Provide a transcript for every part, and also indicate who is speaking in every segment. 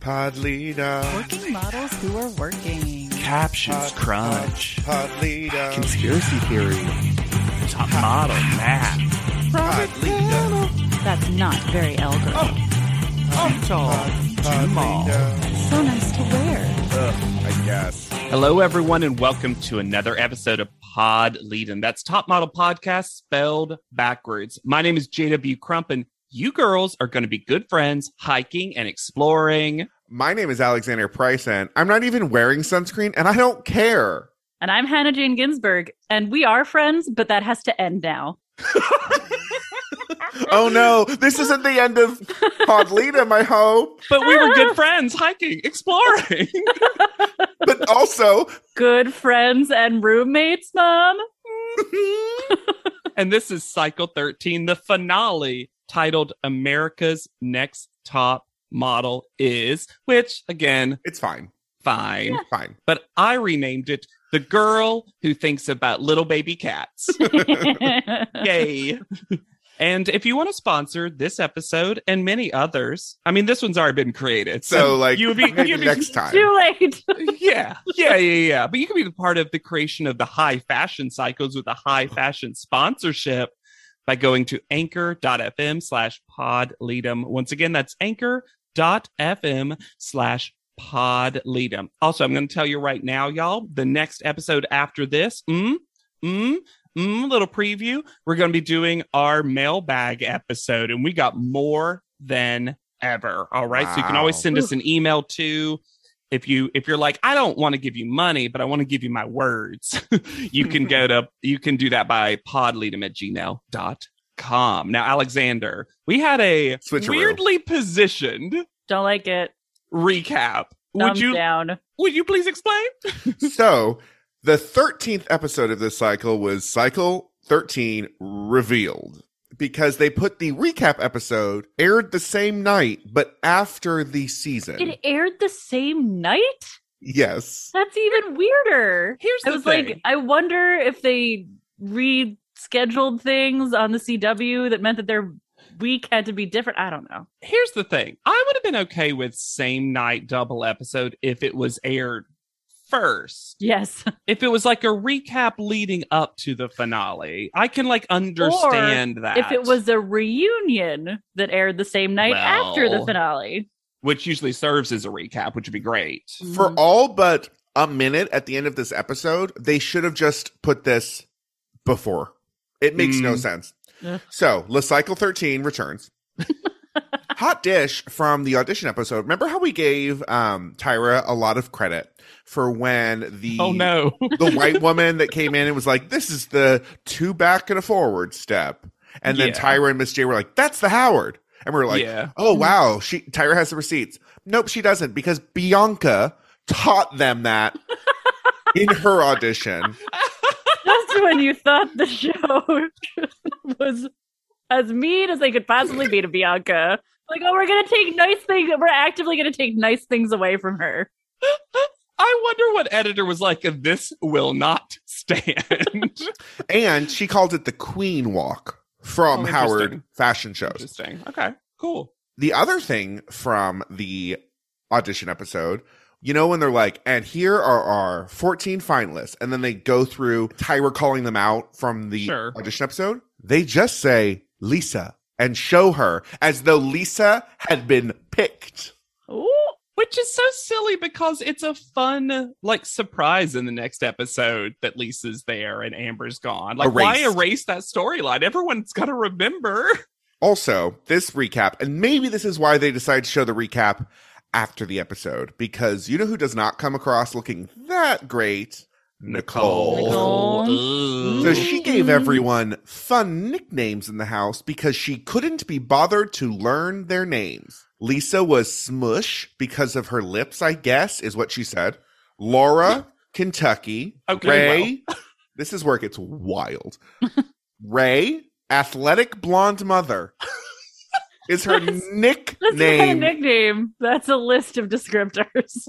Speaker 1: Pod leader.
Speaker 2: Working models who are working.
Speaker 3: Captions crunch.
Speaker 1: Pod
Speaker 3: Oh,
Speaker 1: leader.
Speaker 3: Conspiracy theory. Top model Matt.
Speaker 1: Pod leader.
Speaker 2: That's not very elegant.
Speaker 1: Pod leader.
Speaker 2: So nice to wear.
Speaker 1: I guess.
Speaker 3: Hello, everyone, and welcome to another episode of Pod Leadin. That's Top Model Podcast spelled backwards. My name is JW Crump, and you girls are going to be good friends hiking and exploring.
Speaker 4: My name is Alexander Price, and I'm not even wearing sunscreen, and I don't care.
Speaker 5: And I'm Hannah Jane Ginsburg, and we are friends, but that has to end now.
Speaker 4: Oh no, this isn't the end of Podlita, my hope.
Speaker 3: But we were good friends hiking, exploring.
Speaker 4: But also,
Speaker 5: Good friends and roommates, Mom.
Speaker 3: and this is Cycle 13, the finale titled America's Next Top Model Is, which, again,
Speaker 4: it's fine.
Speaker 3: fine.
Speaker 4: Fine.
Speaker 3: but I renamed it The Girl Who Thinks About Little Baby Cats. Yay. and if you want to sponsor this episode and many others, I mean, this one's already been created. So,
Speaker 4: So like
Speaker 3: you would be,
Speaker 4: maybe
Speaker 3: you'd be
Speaker 4: next time.
Speaker 5: Too late.
Speaker 3: yeah, yeah, yeah, yeah. But you can be the part of the creation of the high fashion cycles with a high fashion sponsorship by going to anchor.fm slash podleadum. Once again, that's anchor.fm slash podleadum. Also, I'm going to tell you right now, y'all, the next episode after this, mm, mm, mm, little preview, we're going to be doing our mailbag episode, and we got more than ever. All right. So you can always
Speaker 4: Wow.
Speaker 3: send us an email to if you if you're like i don't want to give you money but i want to give you my words you can go to you can do that by podleadem at gmail.com now alexander we had a
Speaker 4: Switcheroo.
Speaker 3: weirdly positioned
Speaker 5: Don't like it.
Speaker 3: recap would
Speaker 5: Thumbs
Speaker 3: you
Speaker 5: down.
Speaker 3: would you please explain
Speaker 4: So the 13th episode of this cycle was cycle 13 revealed because they put the recap episode aired the same night, but after the season.
Speaker 5: It aired the same night?
Speaker 4: yes.
Speaker 5: That's even weirder.
Speaker 3: here's the
Speaker 5: I was
Speaker 3: thing
Speaker 5: like, I wonder if they rescheduled things on the CW that meant that their week had to be different. I don't know.
Speaker 3: here's the thing i would have been okay with same night double episode if it was aired first
Speaker 5: Yes.
Speaker 3: if it was like a recap leading up to the finale, I can like understand that.
Speaker 5: If it was a reunion that aired the same night after the
Speaker 3: Well.
Speaker 5: finale.
Speaker 3: which usually serves as a recap, which would be great.
Speaker 4: For all but a minute at the end of this episode, they should have just put this before. It makes no
Speaker 3: Mm.
Speaker 4: sense.
Speaker 5: Ugh.
Speaker 4: So, Le Cycle 13 returns. Hot dish from the audition episode. Remember how we gave um, Tyra a lot of credit for when the
Speaker 3: Oh no.
Speaker 4: the white woman that came in and was like, "This is the two back and a forward step," and then
Speaker 3: Yeah.
Speaker 4: Tyra and Miss J were like, "That's the Howard," and we are like,
Speaker 3: yeah.
Speaker 4: Oh wow, she Tyra has the receipts. Nope, she doesn't because Bianca taught them that in her audition.
Speaker 5: Just when you thought the show was as mean as they could possibly be to Bianca. Like, oh, we're gonna take nice things. We're actively gonna take nice things away from her.
Speaker 3: I wonder what editor was like, this will not stand.
Speaker 4: And she called it the Queen Walk
Speaker 3: Oh,
Speaker 4: from
Speaker 3: interesting.
Speaker 4: Howard fashion shows.
Speaker 3: Interesting. Okay. Cool.
Speaker 4: The other thing from the audition episode, you know, when they're like, and here are our 14 finalists, and then they go through Tyra calling them out from the
Speaker 3: Sure.
Speaker 4: audition episode, they just say Lisa and show her as though Lisa had been picked.
Speaker 5: Ooh,
Speaker 3: Which is so silly because it's a fun like surprise in the next episode that Lisa's there and Amber's gone. Like why
Speaker 4: Erased.
Speaker 3: erase that storyline? Everyone's got to remember.
Speaker 4: Also, this recap, and maybe this is why they decided to show the recap after the episode, because you know who does not come across looking that great? Nicole. Mm.
Speaker 5: Nicole.
Speaker 3: Ooh.
Speaker 4: So she gave everyone fun nicknames in the house because she couldn't be bothered to learn their names. Lisa was Smush because of her lips, I guess, is what she said. Laura, Kentucky.
Speaker 3: Okay,
Speaker 4: Ray, this is where it gets wild. Ray, athletic blonde mother, is her
Speaker 5: that's not a
Speaker 4: nickname.
Speaker 5: nickname. That's a list of descriptors.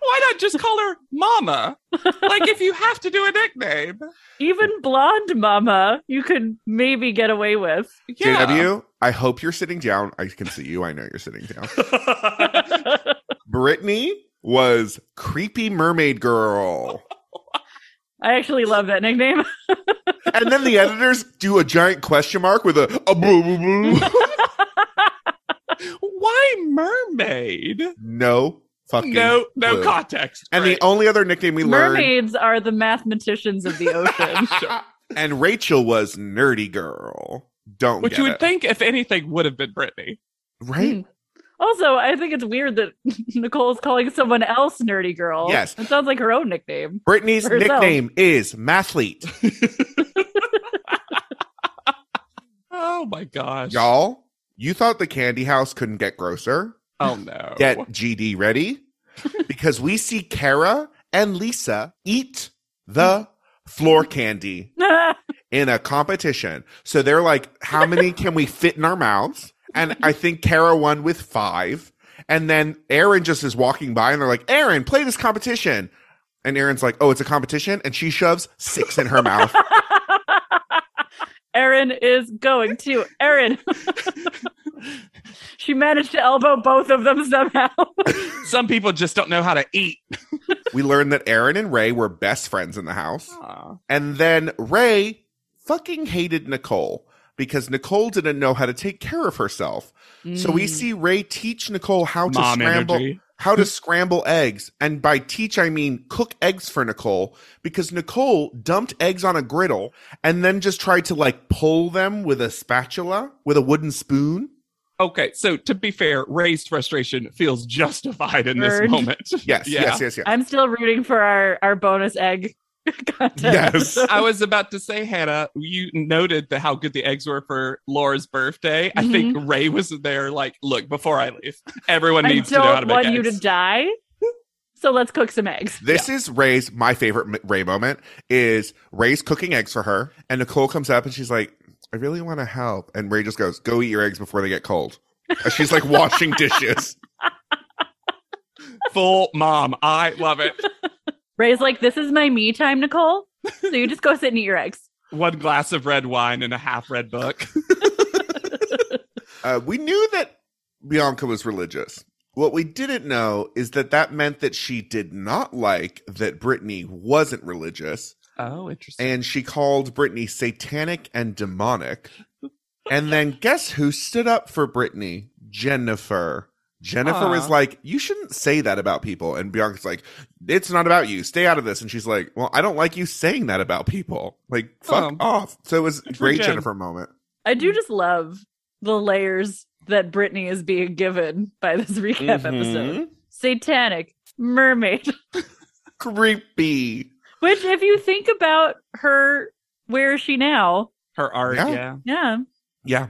Speaker 3: Why not just call her Mama? Like, if you have to do a nickname.
Speaker 5: Even blonde mama, you could maybe get away with.
Speaker 3: Yeah.
Speaker 4: JW, I hope you're sitting down. I can see you. I know you're sitting down. Brittany was creepy mermaid girl.
Speaker 5: I actually love that nickname.
Speaker 4: And then the editors do a giant question mark with a, a boo boo boo.
Speaker 3: Why mermaid?
Speaker 4: No fucking.
Speaker 3: No, no
Speaker 4: clue.
Speaker 3: context.
Speaker 4: And
Speaker 3: Great.
Speaker 4: the only other nickname we learned,
Speaker 5: Mermaids are the mathematicians of the ocean.
Speaker 4: and Rachel was nerdy girl. Don't
Speaker 3: Which
Speaker 4: get
Speaker 3: you would
Speaker 4: it.
Speaker 3: think, Hmm. if anything, would have been Brittany.
Speaker 4: right?
Speaker 5: Hmm. Also, I think it's weird that Nicole's calling someone else nerdy girl.
Speaker 4: Yes.
Speaker 5: It sounds like her own nickname.
Speaker 4: Brittany's
Speaker 5: For herself.
Speaker 4: nickname is Mathlete.
Speaker 3: Oh my gosh.
Speaker 4: Y'all, you thought the candy house couldn't get grosser?
Speaker 3: Oh no.
Speaker 4: Get GD ready because we see Kara and Lisa eat the floor candy in a competition. So they're like, how many can we fit in our mouths? And I think Kara won with five. And then Aaron just is walking by and they're like, Aaron, play this competition. And Aaron's like, oh, it's a competition. And she shoves six in her mouth.
Speaker 5: Erin is going to Erin. she managed to elbow both of them somehow.
Speaker 3: Some people just don't know how to eat.
Speaker 4: we learned that Aaron and Ray were best friends in the house.
Speaker 3: Oh.
Speaker 4: And then Ray fucking hated Nicole because Nicole didn't know how to take care of herself. So we see Ray teach Nicole how to
Speaker 3: Mm. Mom
Speaker 4: scramble
Speaker 3: energy.
Speaker 4: how to scramble eggs. And by teach I mean cook eggs for Nicole because Nicole dumped eggs on a griddle and then just tried to like pull them with a spatula with a wooden spoon.
Speaker 3: Okay, so to be fair, Ray's frustration feels justified in this
Speaker 5: Heard.
Speaker 3: moment.
Speaker 4: Yes,
Speaker 3: Yeah.
Speaker 4: yes, yes, yes.
Speaker 5: I'm still rooting for our, our bonus egg contest.
Speaker 4: Yes.
Speaker 3: I was about to say, Hannah, you noted the, how good the eggs were for Laura's birthday. I
Speaker 5: Mm-hmm.
Speaker 3: think Ray was there, like, look, before I leave, everyone
Speaker 5: I
Speaker 3: needs to know how to
Speaker 5: don't
Speaker 3: make
Speaker 5: want you to
Speaker 3: eggs.
Speaker 5: die. So let's cook some eggs.
Speaker 4: This is Ray's my favorite m- Ray moment is Ray's cooking eggs for her, and Nicole comes up and she's like, "I really want to help," and Ray just goes, "Go eat your eggs before they get cold." And she's like washing dishes.
Speaker 3: Full mom. I love it.
Speaker 5: Ray's like, this is my me time, Nicole. So you just go sit and eat your eggs.
Speaker 3: One glass of red wine and a half red book.
Speaker 4: Uh, we knew that Bianca was religious. What we didn't know is that that meant that she did not like that Brittany wasn't religious,
Speaker 3: Oh, interesting.
Speaker 4: and she called Brittany satanic and demonic. And then guess who stood up for Brittany? Jennifer. Jennifer
Speaker 3: Aw.
Speaker 4: was like, You shouldn't say that about people. And Bianca's like, It's not about you. Stay out of this. And she's like, Well, I don't like you saying that about people. Like, fuck
Speaker 3: Oh.
Speaker 4: off. So it was a
Speaker 3: Good for
Speaker 4: great
Speaker 3: Jen.
Speaker 4: Jennifer moment.
Speaker 5: I do just love the layers that Brittany is being given by this recap
Speaker 3: Mm-hmm.
Speaker 5: episode. Satanic, mermaid.
Speaker 4: Mm-hmm. Creepy.
Speaker 5: Which, if you think about her, where is she now?
Speaker 3: Her art,
Speaker 4: Yeah.
Speaker 3: yeah.
Speaker 5: Yeah.
Speaker 4: Yeah.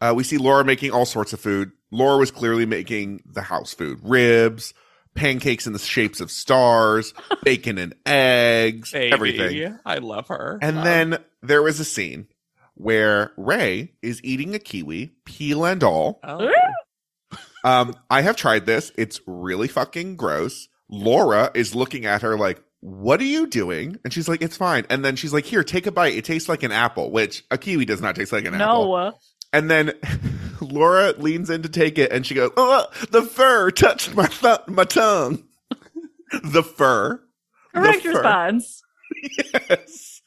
Speaker 4: Uh, we see Laura making all sorts of food. Laura was clearly making the house food ribs, pancakes in the shapes of stars, bacon and eggs,
Speaker 3: Baby.
Speaker 4: everything.
Speaker 3: I love her.
Speaker 4: And
Speaker 3: Love.
Speaker 4: then there was a scene where Ray is eating a kiwi, peel and all.
Speaker 3: Oh.
Speaker 4: Um, I have tried this. It's really fucking gross. Laura is looking at her like, what are you doing? And she's like, it's fine. And then she's like, here, take a bite. It tastes like an apple, which a kiwi does not taste like an apple.
Speaker 5: No.
Speaker 4: And then Laura leans in to take it, and she goes, "Oh, the fur touched my th- my tongue." the fur.
Speaker 5: Correct
Speaker 4: The fur.
Speaker 5: response.
Speaker 4: Yes.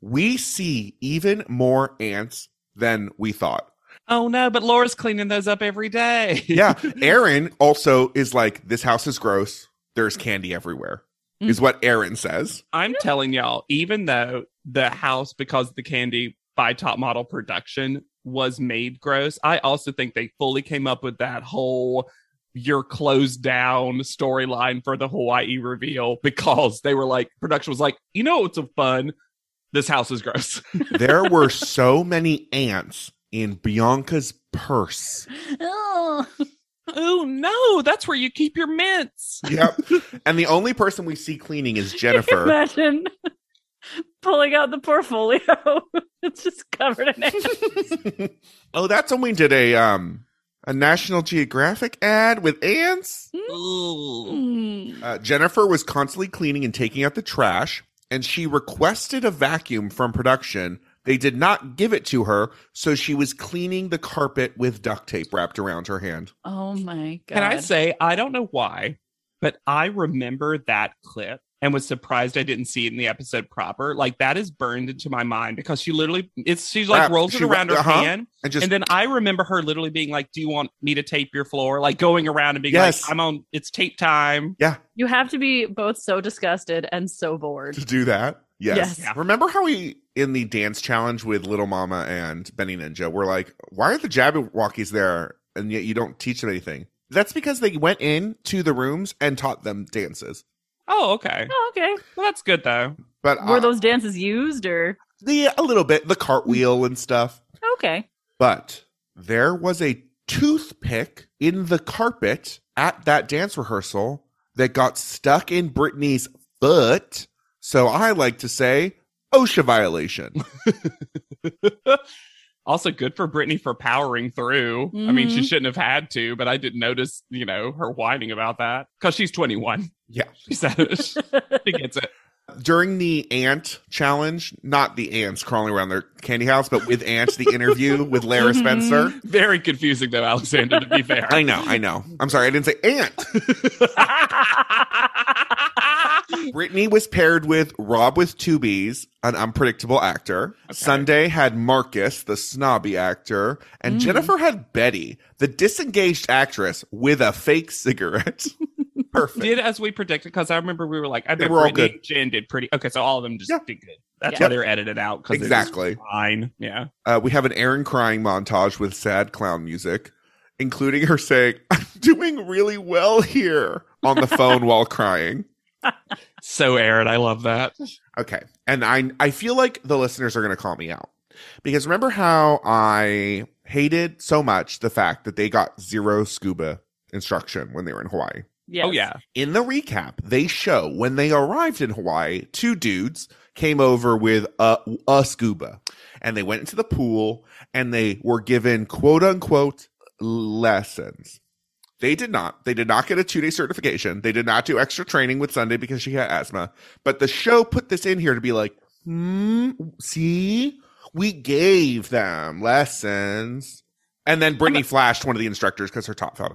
Speaker 4: We see even more ants than we thought.
Speaker 3: oh no, but Laura's cleaning those up every day.
Speaker 4: Yeah. Aaron also is like, "This house is gross. There's candy everywhere." Is what Aaron says.
Speaker 3: I'm telling y'all, even though the house, because the candy by Top Model Production was made gross, I also think they fully came up with that whole you're closed down storyline for the Hawaii reveal because they were like, production was like, you know, it's a fun. This house is gross.
Speaker 4: there were so many ants in Bianca's purse.
Speaker 5: Oh.
Speaker 3: oh no, that's where you keep your mints.
Speaker 4: Yep. and the only person we see cleaning is Jennifer.
Speaker 5: Imagine pulling out the portfolio. it's just covered in eggs.
Speaker 4: oh, that's when we did a um A National Geographic ad with ants?
Speaker 3: Ooh.
Speaker 5: Mm.
Speaker 4: Uh, Jennifer was constantly cleaning and taking out the trash, and she requested a vacuum from production. They did not give it to her, so she was cleaning the carpet with duct tape wrapped around her hand.
Speaker 5: Oh my god.
Speaker 3: Can I say, I don't know why, but I remember that clip and was surprised I didn't see it in the episode proper. Like that is burned into my mind because she literally, it's she's like
Speaker 4: Wrap-
Speaker 3: rolls it
Speaker 4: she
Speaker 3: around
Speaker 4: wra-
Speaker 3: her
Speaker 4: uh-huh.
Speaker 3: hand.
Speaker 4: And just
Speaker 3: and then I remember her literally being like, "Do you want me to tape your floor?" Like going around and being
Speaker 4: Yes.
Speaker 3: like, "I'm on. It's tape time."
Speaker 5: You have to be both so disgusted and so bored.
Speaker 4: to do that. Yes.
Speaker 5: Yes.
Speaker 3: Yeah.
Speaker 4: Remember how we in the dance challenge with Little Mama and Benny Ninja were like, why are the Jabberwockies there and yet you don't teach them anything? That's because they went in to the rooms and taught them dances.
Speaker 3: Oh, okay.
Speaker 5: Oh, okay.
Speaker 3: Well, that's good though.
Speaker 4: But
Speaker 5: Were
Speaker 4: uh,
Speaker 5: those dances used or
Speaker 4: the a little bit the cartwheel and stuff.
Speaker 5: okay?
Speaker 4: But there was a toothpick in the carpet at that dance rehearsal that got stuck in Brittany's foot. So I like to say OSHA violation.
Speaker 3: Also, good for Brittany for powering through. I mean, she
Speaker 5: Mhm.
Speaker 3: shouldn't have had to, but I didn't notice, you know, her whining about that because she's 21.
Speaker 4: Yeah.
Speaker 3: She said it. she gets it.
Speaker 4: During the ant challenge, not the ants crawling around their candy house, but with ants, the interview with Lara
Speaker 3: Mm-hmm.
Speaker 5: Mhm.
Speaker 4: Spencer.
Speaker 3: Very confusing, though, Alexander, to be fair.
Speaker 4: I know, I know. I'm sorry, I didn't say ant. Brittany was paired with Rob with two B's, an unpredictable actor.
Speaker 3: Okay.
Speaker 4: Sunday had Marcus, the snobby actor, and
Speaker 5: Mm.
Speaker 3: Mm-hmm.
Speaker 4: Jennifer had Betty, the disengaged actress with a fake cigarette. Perfect.
Speaker 3: did as we predicted because I remember we were like, I
Speaker 4: They
Speaker 3: bet
Speaker 4: were all
Speaker 3: Brittany and Jen did pretty. Okay, so all of them just
Speaker 4: Yeah.
Speaker 3: did good. That's
Speaker 5: Yeah.
Speaker 3: why they're edited out because exactly
Speaker 4: exactly.
Speaker 3: fine. Yeah.
Speaker 4: Uh, we have an Aaron crying montage with sad clown music, including her saying, I'm doing really well here on the phone while crying.
Speaker 3: So Aaron, I love that.
Speaker 4: Okay. And I I feel like the listeners are going to call me out. Because remember how I hated so much the fact that they got zero scuba instruction when they were in Hawaii.
Speaker 5: Yes.
Speaker 3: Oh yeah.
Speaker 4: In the recap, they show when they arrived in Hawaii, two dudes came over with a, a scuba and they went into the pool and they were given quote unquote lessons. They did not. They did not get a two day certification. They did not do extra training with Sunday because she had asthma. But the show put this in here to be like, hmm, see, we gave them lessons. And then Brittany flashed one of the instructors because her top fell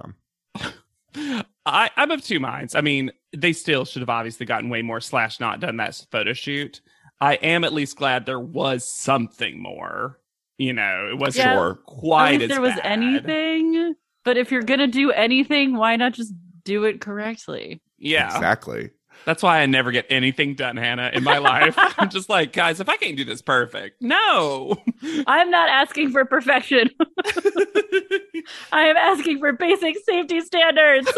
Speaker 4: down.
Speaker 3: I, I'm of two minds. I mean, they still should have obviously gotten way more slash not done that photo shoot. I am at least glad there was something more. You know, it wasn't
Speaker 5: Yeah.
Speaker 4: Sure.
Speaker 5: I
Speaker 3: quite
Speaker 5: mean,
Speaker 3: as
Speaker 5: if there was
Speaker 3: bad.
Speaker 5: anything, but if you're gonna do anything, why not just do it correctly?
Speaker 3: Yeah,
Speaker 4: Exactly.
Speaker 3: that's why I never get anything done, Hannah, in my life. I'm just like, guys, if I can't do this perfect, no.
Speaker 5: I'm not asking for perfection. I am asking for basic safety standards.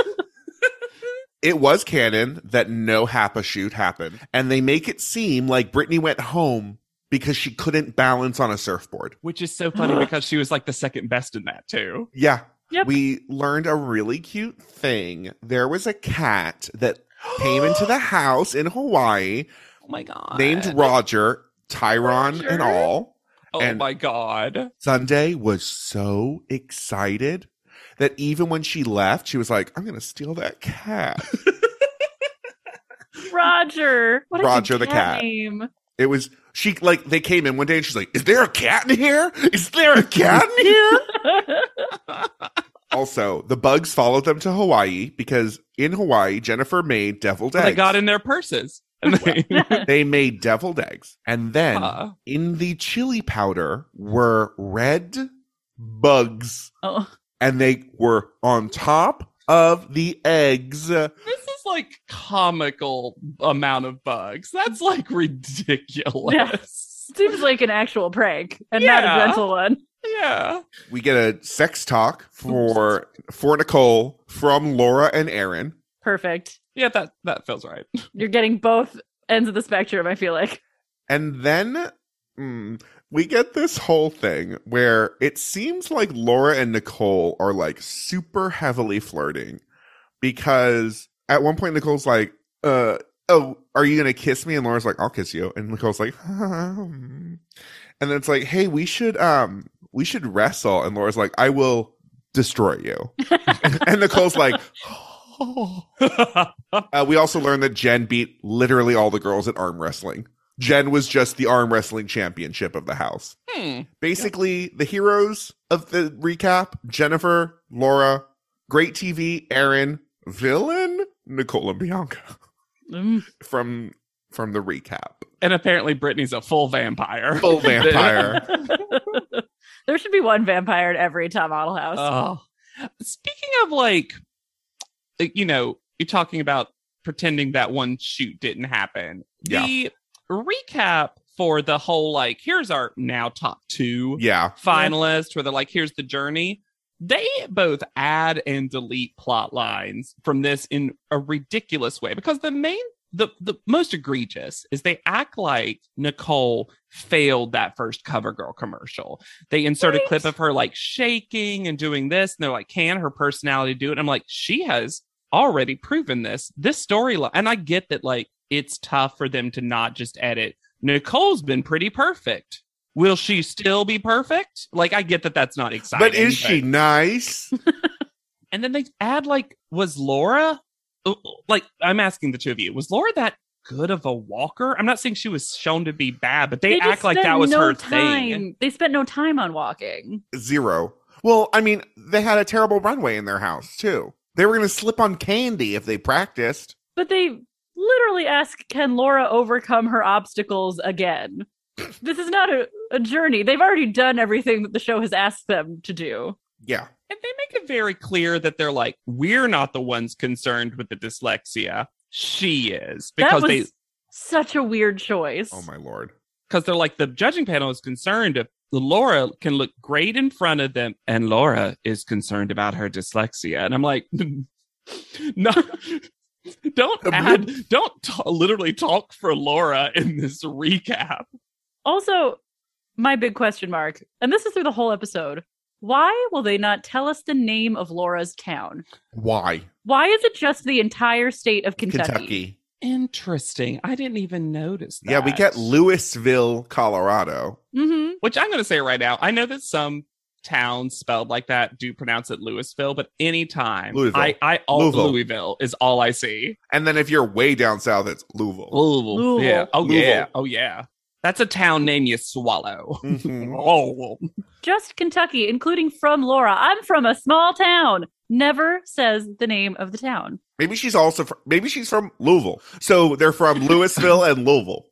Speaker 4: it was canon that no Hapa shoot happened, and they make it seem like Brittany went home because she couldn't balance on a surfboard.
Speaker 3: Which is so funny because she was like the second best in that too.
Speaker 4: Yeah.
Speaker 5: Yep.
Speaker 4: We learned a really cute thing. There was a cat that came into the house in Hawaii
Speaker 3: Oh my god.
Speaker 4: named Roger, Tyron, and
Speaker 5: Roger?
Speaker 4: all.
Speaker 3: Oh
Speaker 4: and-
Speaker 3: my god.
Speaker 4: Sunday was so excited that even when she left, she was like, I'm going to steal that cat.
Speaker 5: Roger. What is a
Speaker 4: Roger the cat.
Speaker 5: Name?
Speaker 4: It was she like they came in one day and she's like, "Is there a cat in here? Is there a cat in here?" also, the bugs followed them to Hawaii because in Hawaii, Jennifer made deviled
Speaker 3: They
Speaker 4: eggs.
Speaker 3: got in their purses. And they,
Speaker 4: They made deviled eggs, and then
Speaker 3: Huh.
Speaker 4: in the chili powder were red bugs,
Speaker 5: oh.
Speaker 4: and they were on top of the eggs.
Speaker 3: this is like comical amount of bugs. That's like ridiculous.
Speaker 5: Seems like an actual prank and not
Speaker 3: Yeah.
Speaker 5: a gentle one.
Speaker 3: Yeah.
Speaker 4: We get a sex talk for for Nicole from Laura and Aaron.
Speaker 5: Perfect.
Speaker 3: Yeah, that that feels right.
Speaker 5: You're getting both ends of the spectrum, I feel like.
Speaker 4: And then mm, we get this whole thing where it seems like Laura and Nicole are like super heavily flirting because at one point Nicole's like, uh, oh, are you going to kiss me? And Laura's like, I'll kiss you. And Nicole's like, um. and then it's like, hey, we should, um, we should wrestle. And Laura's like, I will destroy you. and Nicole's like, uh, we also learned that Jen beat literally all the girls at arm wrestling. Jen was just the arm wrestling championship of the house.
Speaker 3: Hmm.
Speaker 4: Basically, the heroes of the recap Jennifer, Laura, Great TV, Aaron, villain, Nicole and Bianca
Speaker 5: Mm.
Speaker 4: from from the recap.
Speaker 3: And apparently, Brittany's a full vampire.
Speaker 4: Full vampire.
Speaker 5: there should be one vampire at every top model house.
Speaker 3: Oh. Speaking of like, you know, you're talking about pretending that one shoot didn't happen. The recap for the whole like, here's our now top two
Speaker 4: yeah.
Speaker 3: finalists, where they're like, here's the journey. They both add and delete plot lines from this in a ridiculous way because the main, the, the most egregious is they act like Nicole failed that first cover girl commercial. They insert a
Speaker 5: Right.
Speaker 3: clip of her like shaking and doing this, and they're like, can her personality do it? I'm like, she has already proven this. This storyline, and I get that like it's tough for them to not just edit. Nicole's been pretty perfect. Will she still be perfect? Like, I get that that's not exciting.
Speaker 4: But is she nice?
Speaker 3: And then they add like, was Laura? uh, Like, I'm asking the two of you. Was Laura that good of a walker? I'm not saying she was shown to be bad, but they,
Speaker 5: just
Speaker 3: act like
Speaker 5: spent
Speaker 3: that was
Speaker 5: no
Speaker 3: her
Speaker 5: time.
Speaker 3: thing.
Speaker 5: They spent no time on walking.
Speaker 4: Zero. Well, I mean, they had a terrible runway in their house, too. They were going to slip on candy if they practiced.
Speaker 5: But they literally ask, can Laura overcome her obstacles again? this is not a, a journey. They've already done everything that the show has asked them to do.
Speaker 4: Yeah.
Speaker 3: And they make it very clear that they're like, we're not the ones concerned with the dyslexia. She is because
Speaker 5: that was
Speaker 3: they
Speaker 5: such a weird choice.
Speaker 4: Oh, my Lord.
Speaker 3: because they're like the judging panel is concerned if Laura can look great in front of them, and Laura is concerned about her dyslexia. And I'm like, no, don't add, don't t- literally talk for Laura in this recap.
Speaker 5: Also, my big question mark, and this is through the whole episode why will they not tell us the name of Laura's town?
Speaker 4: Why?
Speaker 5: Why is it just the entire state of
Speaker 4: Kentucky.
Speaker 5: Kentucky?
Speaker 3: Interesting. I didn't even notice. That.
Speaker 4: Yeah, we get Louisville, Colorado.
Speaker 5: hmm
Speaker 3: which I'm going to say right now. I know that some towns spelled like that do pronounce it Louisville, but anytime
Speaker 4: Louisville.
Speaker 3: I, I all Louisville.
Speaker 4: Louisville.
Speaker 3: is all I see.
Speaker 4: And then if you're way down south, it's Louisville.
Speaker 3: Louisville.
Speaker 5: Louisville.
Speaker 3: Yeah. Oh
Speaker 4: Louisville.
Speaker 3: yeah. Oh yeah. That's a town name you swallow.
Speaker 4: Mhm.
Speaker 3: Oh,
Speaker 5: Just Kentucky, including from Laura. I'm from a small town. Never says the name of the town.
Speaker 4: Maybe she's also from, maybe she's from Louisville. So they're from Louisville and Louisville.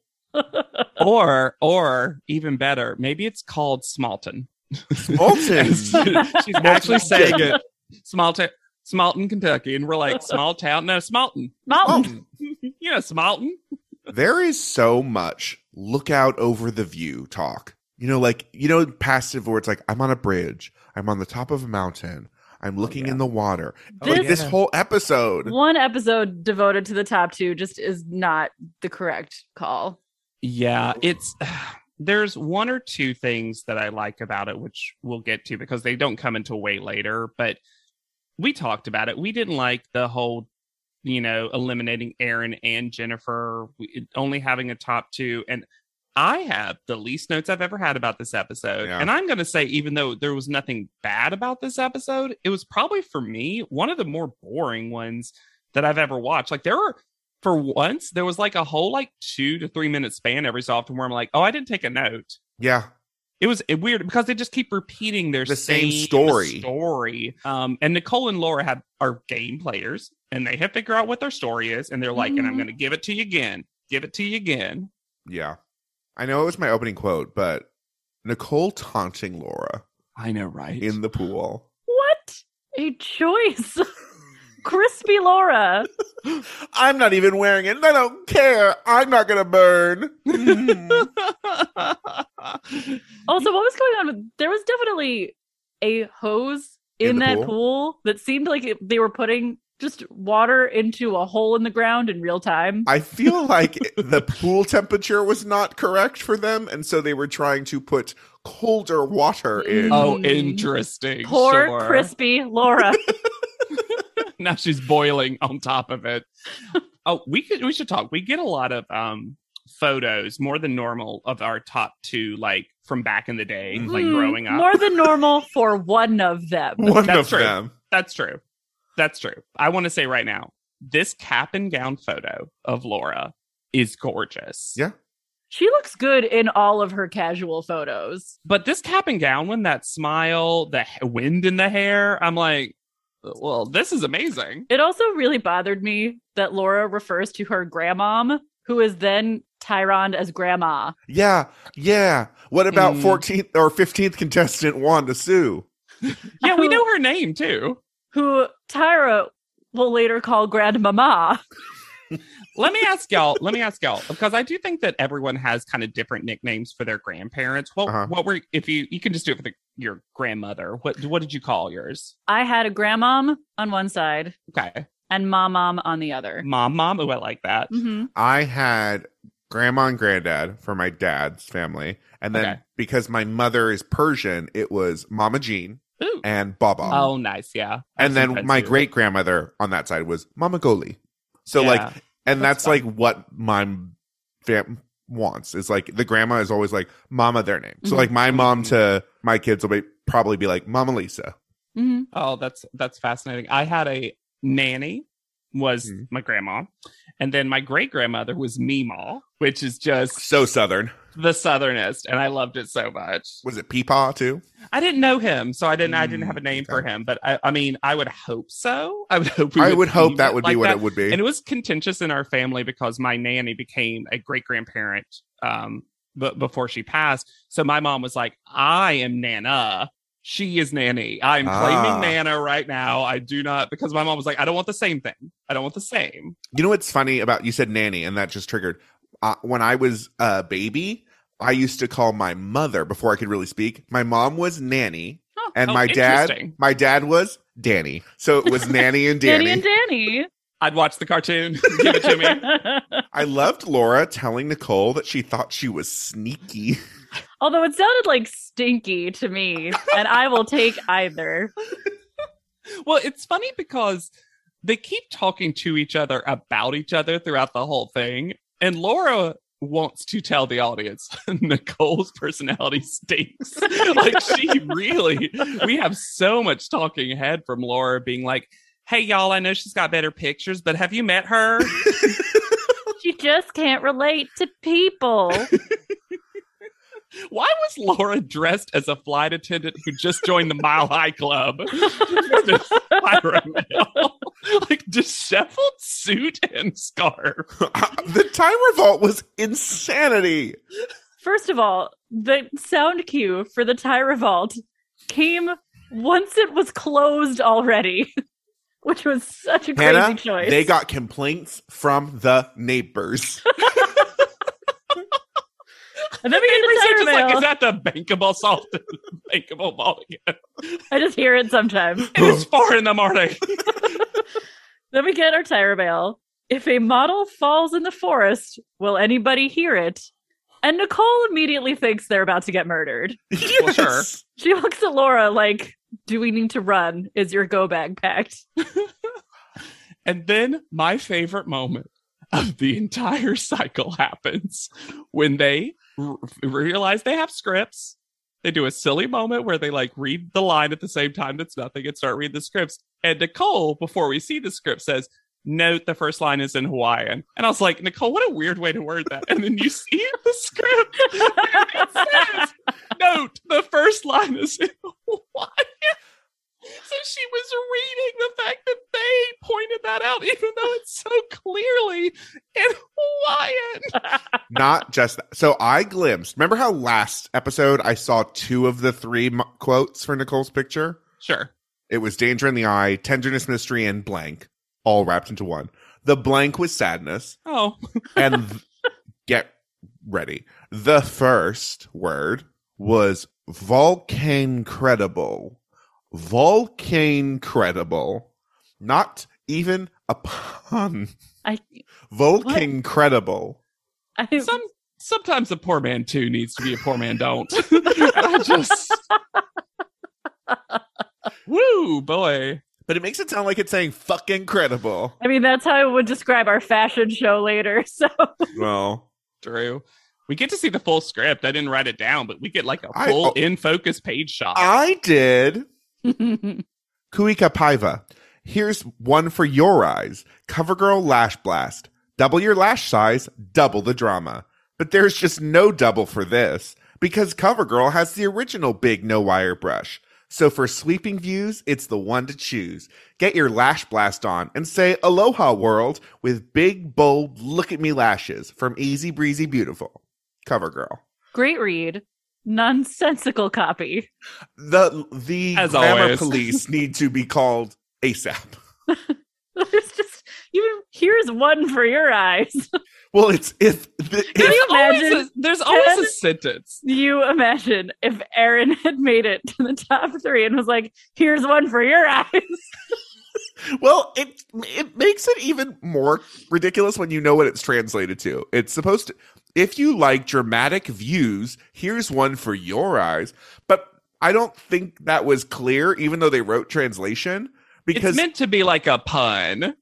Speaker 3: or or even better, maybe it's called Smalton.
Speaker 4: Smalton.
Speaker 3: She's actually
Speaker 4: Dig
Speaker 3: saying
Speaker 4: it.
Speaker 3: Smalton, Smalton, Kentucky, and we're like small town. No, Smalton.
Speaker 5: Mountain.
Speaker 4: Oh,
Speaker 3: You know Smalton.
Speaker 4: there is so much look out over the view talk. You know, like, you know, passive where it's like, I'm on a bridge, I'm on the top of a mountain, I'm looking in the water.
Speaker 5: This
Speaker 4: like this whole episode.
Speaker 5: one episode devoted to the top two just is not the correct call.
Speaker 3: Yeah, it's there's one or two things that I like about it, which we'll get to because they don't come into way later. But we talked about it. We didn't like the whole, you know, eliminating Aaron and Jennifer, we, only having a top two. And I have the least notes I've ever had about this episode.
Speaker 4: Yeah.
Speaker 3: And I'm going to say, even though there was nothing bad about this episode, it was probably for me one of the more boring ones that I've ever watched. Like, there were for once there was like a whole like two to three minute span every so often where I'm like, oh, I didn't take a note.
Speaker 4: Yeah.
Speaker 3: It was it- weird because they just keep repeating their
Speaker 4: The same story.
Speaker 3: Story. Um, and Nicole and Laura have are game players, and they have figured out what their story is, and they're like, and I'm
Speaker 5: Mhm.
Speaker 3: going to give it to you again, give it to you again.
Speaker 4: Yeah. I know it was my opening quote, but Nicole taunting Laura
Speaker 3: I know, right?
Speaker 4: in the pool.
Speaker 5: What a choice. Crispy Laura.
Speaker 4: I'm not even wearing it. and I don't care. I'm not gonna burn. Mm.
Speaker 5: Also, what was going on with there was definitely a hose in,
Speaker 4: In the
Speaker 5: that
Speaker 4: pool?
Speaker 5: pool. that seemed like it, they were putting just water into a hole in the ground in real time.
Speaker 4: I feel like the pool temperature was not correct for them, and so they were trying to put colder water in.
Speaker 5: Mm.
Speaker 3: oh, interesting.
Speaker 5: Poor
Speaker 3: sure.
Speaker 5: crispy Laura.
Speaker 3: now she's boiling on top of it. Oh, we could we should talk. We get a lot of um photos more than normal of our top two, like from back in the day, like
Speaker 5: Hmm,
Speaker 3: growing up.
Speaker 5: More than normal for one of them.
Speaker 4: One
Speaker 3: That's
Speaker 4: of
Speaker 3: true.
Speaker 4: them.
Speaker 3: That's true. That's true. I want to say right now, this cap and gown photo of Laura is gorgeous.
Speaker 4: Yeah.
Speaker 5: She looks good in all of her casual photos.
Speaker 3: But this cap and gown one, that smile, the h- wind in the hair, I'm like, well, this is amazing.
Speaker 5: It also really bothered me that Laura refers to her grandmom, who is then Tyron as grandma.
Speaker 4: Yeah, yeah. What about
Speaker 3: Mm.
Speaker 4: 14th or 15th contestant Wanda Sue?
Speaker 3: Yeah, we know her name too.
Speaker 5: Who Tyra will later call grandmama.
Speaker 3: Let me ask y'all, let me ask y'all, because I do think that everyone has kind of different nicknames for their grandparents. What
Speaker 4: Uh-huh.
Speaker 3: what were if you you can just do it for the, your grandmother. What what did you call yours?
Speaker 5: I had a grandmom on one side
Speaker 3: Okay.
Speaker 5: and mom mom on the other.
Speaker 3: Mom, mom, oh, I like that.
Speaker 4: Mm-hmm.
Speaker 5: hmm
Speaker 4: I had grandma and granddad for my dad's family, and then
Speaker 3: Okay.
Speaker 4: because my mother is Persian, it was Mama Jean
Speaker 3: Ooh.
Speaker 4: and Baba.
Speaker 3: Oh, nice. Yeah. I have
Speaker 4: and
Speaker 3: some
Speaker 4: then
Speaker 3: friends
Speaker 4: my
Speaker 3: who-
Speaker 4: great grandmother on that side was Mama Goli. So
Speaker 3: Yeah.
Speaker 4: like, and
Speaker 3: that's
Speaker 4: that's, like what my fam wants is like the grandma is always like Mama their name. So
Speaker 5: Mhm.
Speaker 4: like my mom
Speaker 3: Mhm.
Speaker 4: to my kids will be probably be like Mama Lisa.
Speaker 5: hmm
Speaker 3: Oh, that's that's fascinating. I had a nanny was
Speaker 4: Mhm.
Speaker 3: my grandma, and then my great grandmother was Meemaw, which is just
Speaker 4: So southern.
Speaker 3: the southernest, and I loved it so much.
Speaker 4: Was it Peepaw too?
Speaker 3: I didn't know him, so I didn't I didn't have a
Speaker 4: Mm,
Speaker 3: name
Speaker 4: okay.
Speaker 3: for him. But I, I mean, I would hope so. I would hope.
Speaker 4: I would hope that
Speaker 3: name
Speaker 4: would be
Speaker 3: like
Speaker 4: what
Speaker 3: that.
Speaker 4: it would be.
Speaker 3: And it was contentious in our family because my nanny became a great grandparent um, b- before she passed. So my mom was like, I am Nana. She is Nanny. I'm
Speaker 4: Ah.
Speaker 3: claiming Nana right now. I do not, because my mom was like, I don't want the same thing. I don't want the same.
Speaker 4: You know what's funny about you said nanny, and that just triggered. Uh, when I was a baby, I used to call my mother before I could really speak. My mom was nanny,
Speaker 3: Huh.
Speaker 4: and
Speaker 3: Oh,
Speaker 4: my dad,
Speaker 3: interesting.
Speaker 4: my dad was Danny. So it was nanny and Danny.
Speaker 5: Danny and Danny.
Speaker 3: I'd watch the cartoon. Give it to me.
Speaker 4: I loved Laura telling Nicole that she thought she was sneaky.
Speaker 5: Although it sounded like stinky to me, and I will take either.
Speaker 3: Well, it's funny because they keep talking to each other about each other throughout the whole thing. And Laura wants to tell the audience Nicole's personality stinks. like, she really, we have so much talking ahead from Laura being like, Hey, y'all, I know she's got better pictures, but have you met her?
Speaker 5: She just can't relate to people.
Speaker 3: Why was Laura dressed as a flight attendant who just joined the Mile High Club? Just a Spira Mel. like, disheveled suit and scarf.
Speaker 4: Uh, the time revolt was insanity.
Speaker 5: First of all, the sound cue for the tie revolt came once it was closed already, which was such a crazy
Speaker 4: Hannah,
Speaker 5: choice.
Speaker 4: They got complaints from the neighbors.
Speaker 5: and then we get
Speaker 3: Neighbors
Speaker 5: to
Speaker 3: are
Speaker 5: tie
Speaker 3: just like,
Speaker 5: reveal.
Speaker 3: is that the bankable salt? bankable ball again.
Speaker 5: I just hear it sometimes.
Speaker 3: It is four in the morning.
Speaker 5: Then we get our tire bail. If a model falls in the forest, will anybody hear it? And Nicole immediately thinks they're about to get murdered.
Speaker 3: Well, sure.
Speaker 4: Yes.
Speaker 5: She looks at Laura like, Do we need to run? Is your go bag packed?
Speaker 3: And then my favorite moment of the entire cycle happens when they r- realize they have scripts. They do a silly moment where they like read the line at the same time that's nothing and start reading the scripts. And Nicole, before we see the script, says, Note the first line is in Hawaiian. And I was like, Nicole, what a weird way to word that. And then you see the script. It says, Note the first line is in Hawaiian. So she was reading the fact that they pointed that out, even though it's so clearly in Hawaiian.
Speaker 4: Not just that. So I glimpsed. Remember how last episode I saw two of the three m- quotes for Nicole's picture?
Speaker 3: Sure.
Speaker 4: It was danger in the eye, tenderness, mystery, and blank, all wrapped into one. The blank was sadness,
Speaker 3: Oh,
Speaker 4: and th- get ready. The first word was volcane credible. Volcane credible. Not even a pun.
Speaker 5: I,
Speaker 4: Volcane credible.
Speaker 5: I
Speaker 3: some sometimes a poor man too needs to be a poor man don't. And I just woo boy.
Speaker 4: But it makes it sound like it's saying fucking credible.
Speaker 5: I mean, that's how I would describe our fashion show later. So
Speaker 4: well,
Speaker 3: Drew. We get to see the full script. I didn't write it down, but we get like a
Speaker 4: I-
Speaker 3: full
Speaker 4: oh.
Speaker 3: in focus page shot.
Speaker 4: I did.
Speaker 5: Wait,
Speaker 4: Kuika Paiva. Here's one for your eyes. CoverGirl Lash Blast. Double your lash size, double the drama. But there's just no double for this because CoverGirl has the original big no wire brush. So for sweeping views, it's the one to choose. Get your lash blast on and say aloha world with big bold look at me lashes from Easy Breezy Beautiful. CoverGirl.
Speaker 5: Great read. Nonsensical copy.
Speaker 4: The the
Speaker 3: As
Speaker 4: grammar
Speaker 3: always.
Speaker 4: police need to be called ASAP.
Speaker 5: There's just even here's one for your eyes.
Speaker 4: Well, it's if the,
Speaker 5: Can
Speaker 4: if-
Speaker 5: you
Speaker 3: always
Speaker 5: imagine
Speaker 3: a- there's always a
Speaker 5: ten-
Speaker 3: sentence.
Speaker 5: You imagine if Aaron had made it to the top three and was like, here's one for your eyes.
Speaker 4: well, it it makes it even more ridiculous when you know what it's translated to. It's supposed to if you like dramatic views, here's one for your eyes. But I don't think that was clear, even though they wrote translation, because
Speaker 3: it's meant to be like a pun.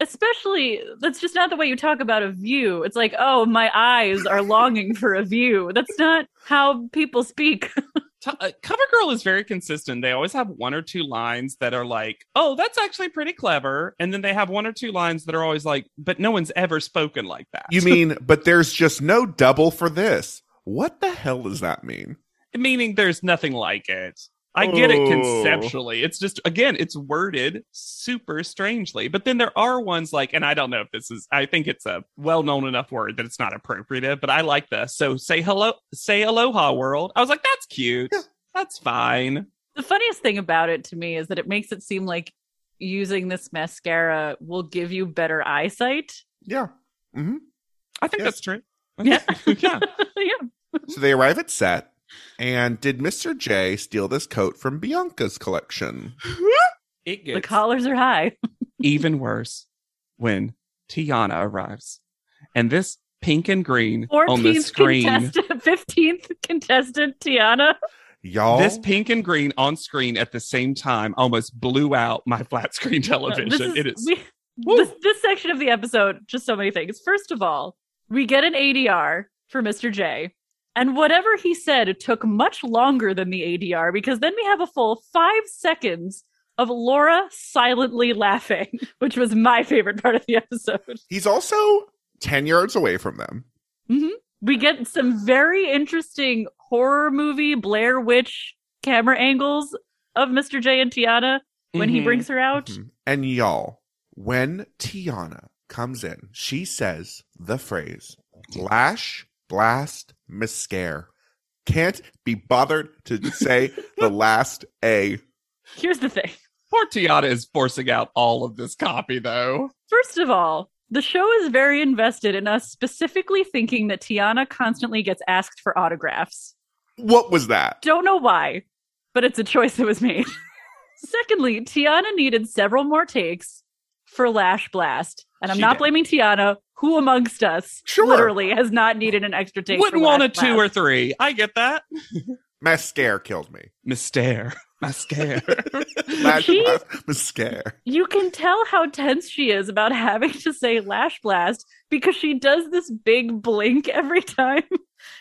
Speaker 5: Especially, that's just not the way you talk about a view. It's like, oh, my eyes are longing for a view. That's not how people speak.
Speaker 3: T- uh, CoverGirl is very consistent. They always have one or two lines that are like, "Oh, that's actually pretty clever," and then they have one or two lines that are always like, "But no one's ever spoken like that."
Speaker 4: you mean, but there's just no double for this. What the hell does that mean?
Speaker 3: meaning there's nothing like it. I get it
Speaker 4: Oh.
Speaker 3: conceptually. It's just again, it's worded super strangely. But then there are ones like, and I don't know if this is. I think it's a well-known enough word that it's not appropriative. But I like the so say hello, say aloha, world. I was like, that's cute. That's fine.
Speaker 5: The funniest thing about it to me is that it makes it seem like using this mascara will give you better eyesight.
Speaker 4: Yeah. hmm
Speaker 3: I think
Speaker 4: Yes.
Speaker 3: that's true.
Speaker 5: Yeah.
Speaker 3: yeah.
Speaker 5: yeah.
Speaker 4: So they arrive at set. And did Mr. J steal this coat from Bianca's collection?
Speaker 3: It
Speaker 5: The
Speaker 3: gets
Speaker 5: collars are high.
Speaker 3: even worse when Tiana arrives, and this pink and green on the
Speaker 5: 14th
Speaker 3: screen.
Speaker 5: contestant, 15th contestant, Tiana.
Speaker 4: Y'all,
Speaker 3: This pink and green on screen at the same time almost blew out my flat screen television. it is.
Speaker 5: we-
Speaker 3: Woo.
Speaker 5: this, this section of the episode, just so many things. First of all, we get an ADR for Mr. J, and whatever he said took much longer than the ADR because then we have a full five seconds of Laura silently laughing, which was my favorite part of the episode.
Speaker 4: He's also 10 yards away from them.
Speaker 5: We get some very interesting horror movie Blair Witch camera angles of Mr. J and Tiana when he
Speaker 3: Mhm.
Speaker 5: brings her out.
Speaker 4: Mhm. And y'all, when Tiana comes in, she says the phrase lash, blast, mascare. Can't be bothered to say the last A.
Speaker 3: Mm-hmm.
Speaker 5: Here's the thing.
Speaker 3: Poor Tiana is forcing out all of this copy, though.
Speaker 5: First of all, the show is very invested in us specifically thinking that Tiana constantly gets asked for autographs.
Speaker 4: What was that?
Speaker 5: Don't know why, but it's a choice that was made. Secondly, Tiana needed several more takes for Lash Blast. And I'm
Speaker 3: She
Speaker 5: not
Speaker 3: did.
Speaker 5: blaming Tiana, who amongst us
Speaker 4: Sure.
Speaker 5: literally has not needed an extra take.
Speaker 3: Wouldn't
Speaker 5: for
Speaker 3: want a
Speaker 5: Lash
Speaker 3: two or
Speaker 5: Blast.
Speaker 3: three. I get that.
Speaker 4: Mascare killed me.
Speaker 3: Mystère. Mascare.
Speaker 4: Lash,
Speaker 5: She-
Speaker 4: blast, mascare.
Speaker 5: You can tell how tense she is about having to say lash blast because she does this big blink every time.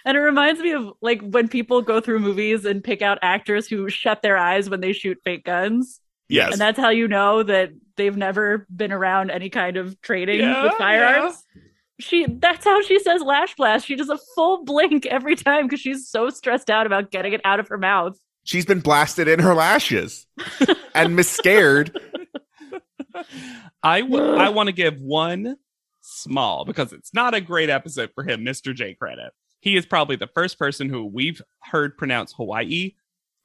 Speaker 5: And it reminds me of like when people go through movies and pick out actors who shut their eyes when they shoot fake guns.
Speaker 4: Yes.
Speaker 5: And that's how you know that they've never been around any kind of training
Speaker 3: Yeah,
Speaker 5: with firearms. She that's how she says lash blast. She does a full blink every time because she's so stressed out about getting it out of her mouth.
Speaker 4: She's been blasted in her lashes and miscared.
Speaker 3: I w- I want to give one small because it's not a great episode for him, Mr. J credit. He is probably the first person who we've heard pronounce Hawaii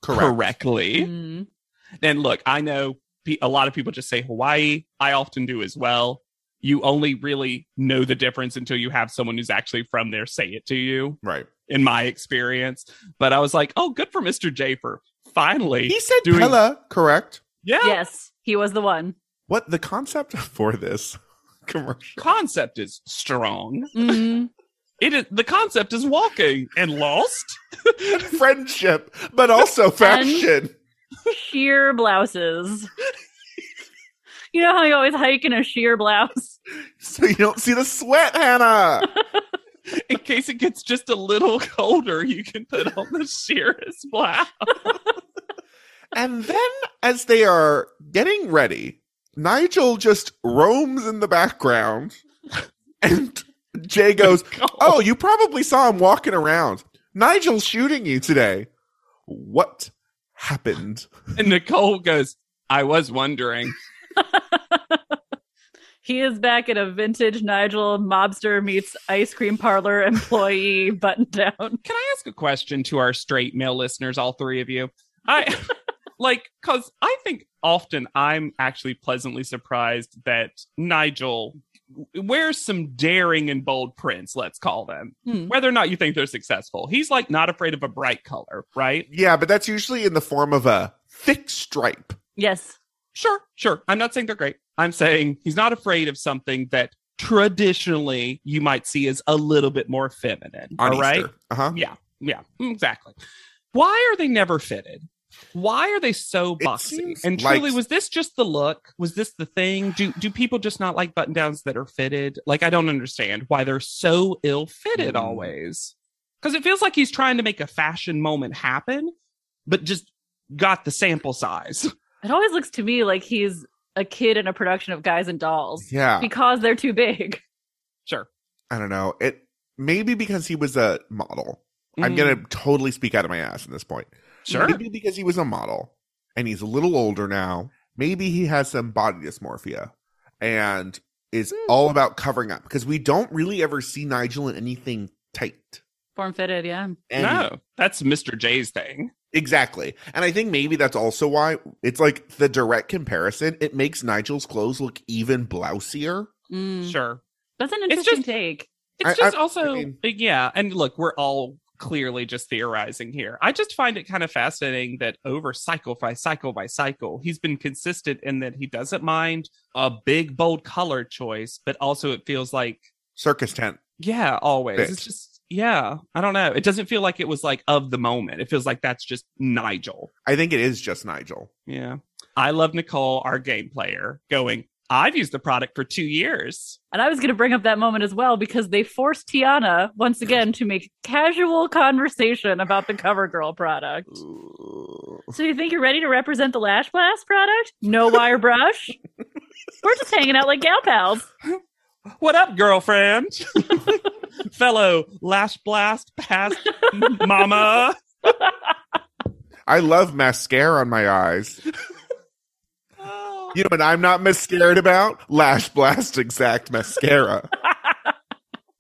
Speaker 4: Correct. Mm-hmm.
Speaker 3: correctly.
Speaker 5: Mm-hmm.
Speaker 3: And look, I know pe- a lot of people just say Hawaii. I often do as well. You only really know the difference until you have someone who's actually from there say it to you,
Speaker 4: Right.
Speaker 3: in my experience. But I was like, oh, good for Mr. J for finally.
Speaker 4: He said
Speaker 3: doing-
Speaker 4: Pella, correct?
Speaker 3: Yeah.
Speaker 5: Yes, he was the one.
Speaker 4: What the concept for this commercial?
Speaker 3: Concept is strong.
Speaker 5: Mhm.
Speaker 3: It is the concept is walking and lost.
Speaker 4: Friendship, but also fashion.
Speaker 5: sheer blouses. you know how you always hike in a sheer blouse?
Speaker 4: So you don't see the sweat, Hannah.
Speaker 3: It case it gets just a little colder, you can put on the sheerest blouse.
Speaker 4: And then, as they are getting ready, Nigel just roams in the background, and Jay goes, "Oh, you probably saw him walking around. Nigel's shooting you today. What happened?"
Speaker 3: And Nicole goes, I was wondering.
Speaker 5: He is back at a vintage Nigel mobster meets ice cream parlor employee button down.
Speaker 3: Oh, Can I ask a question to our straight male listeners, all three of you? I like because I think often I'm actually pleasantly surprised that Nigel wears some daring and bold prints, let's call them.
Speaker 2: Hmm.
Speaker 3: Whether or not you think they're successful. He's like not afraid of a bright color, right?
Speaker 4: Yeah, but that's usually in the form of a thick stripe.
Speaker 5: Yes.
Speaker 3: Sure, sure. I'm not saying they're great. I'm saying he's not afraid of something that traditionally you might see as a little bit more feminine.
Speaker 4: On
Speaker 3: all right.
Speaker 4: Uh huh.
Speaker 3: Yeah, yeah, exactly. Why are they never fitted? Why are they so
Speaker 4: It
Speaker 3: boxy?
Speaker 4: seems
Speaker 3: And
Speaker 4: like-
Speaker 3: truly, was this just the look? Was this the thing? Do do people just not like button downs that are fitted? Like, I don't understand why they're so ill fitted
Speaker 4: Mm.
Speaker 3: always. Because it feels like he's trying to make a fashion moment happen, but just got the sample size.
Speaker 5: It always looks to me like he's a kid in a production of Guys and Dolls
Speaker 4: Yeah.
Speaker 5: because they're too big.
Speaker 3: Sure.
Speaker 4: I don't know. It maybe because he was a model. I'm gonna totally speak out of my ass at this point.
Speaker 3: Mm. sure.
Speaker 4: Maybe because he was a model and he's a little older now. Maybe he has some body dysmorphia and is
Speaker 3: Hmm.
Speaker 4: all about covering up because we don't really ever see Nigel in anything tight.
Speaker 5: Form fitted, yeah.
Speaker 4: And
Speaker 3: no, that's Mr. J's thing.
Speaker 4: Exactly. And I think maybe that's also why it's like the direct comparison. It makes Nigel's clothes look even blousier.
Speaker 5: Mm.
Speaker 3: Sure.
Speaker 5: That's an
Speaker 3: It's
Speaker 5: interesting
Speaker 3: just-
Speaker 5: take.
Speaker 4: I-
Speaker 3: It's just
Speaker 4: I-
Speaker 3: also,
Speaker 4: I mean-
Speaker 3: yeah. And look, we're all clearly just theorizing here. I just find it kind of fascinating that over cycle by cycle by cycle, he's been consistent in that he doesn't mind a big, bold color choice, but also it feels like,
Speaker 4: Circus tent.
Speaker 3: yeah, always.
Speaker 4: Fit.
Speaker 3: It's just, yeah, I don't know. It doesn't feel like it was like of the moment. It feels like that's just Nigel.
Speaker 4: I think it is just Nigel.
Speaker 3: Yeah. I love Nicole, our game player, going, I've used the product for two years.
Speaker 5: And I was going to bring up that moment as well because they forced Tiana once again to make casual conversation about the CoverGirl product. So you think you're ready to represent the Lash Blast product? No wire brush? We're just hanging out like gal pals.
Speaker 3: What up, girlfriend? Fellow lash blast past mama.
Speaker 4: I love mascara on my eyes.
Speaker 3: Oh,
Speaker 4: You know what I'm not mascared about? Lash Blast Exact Mascara.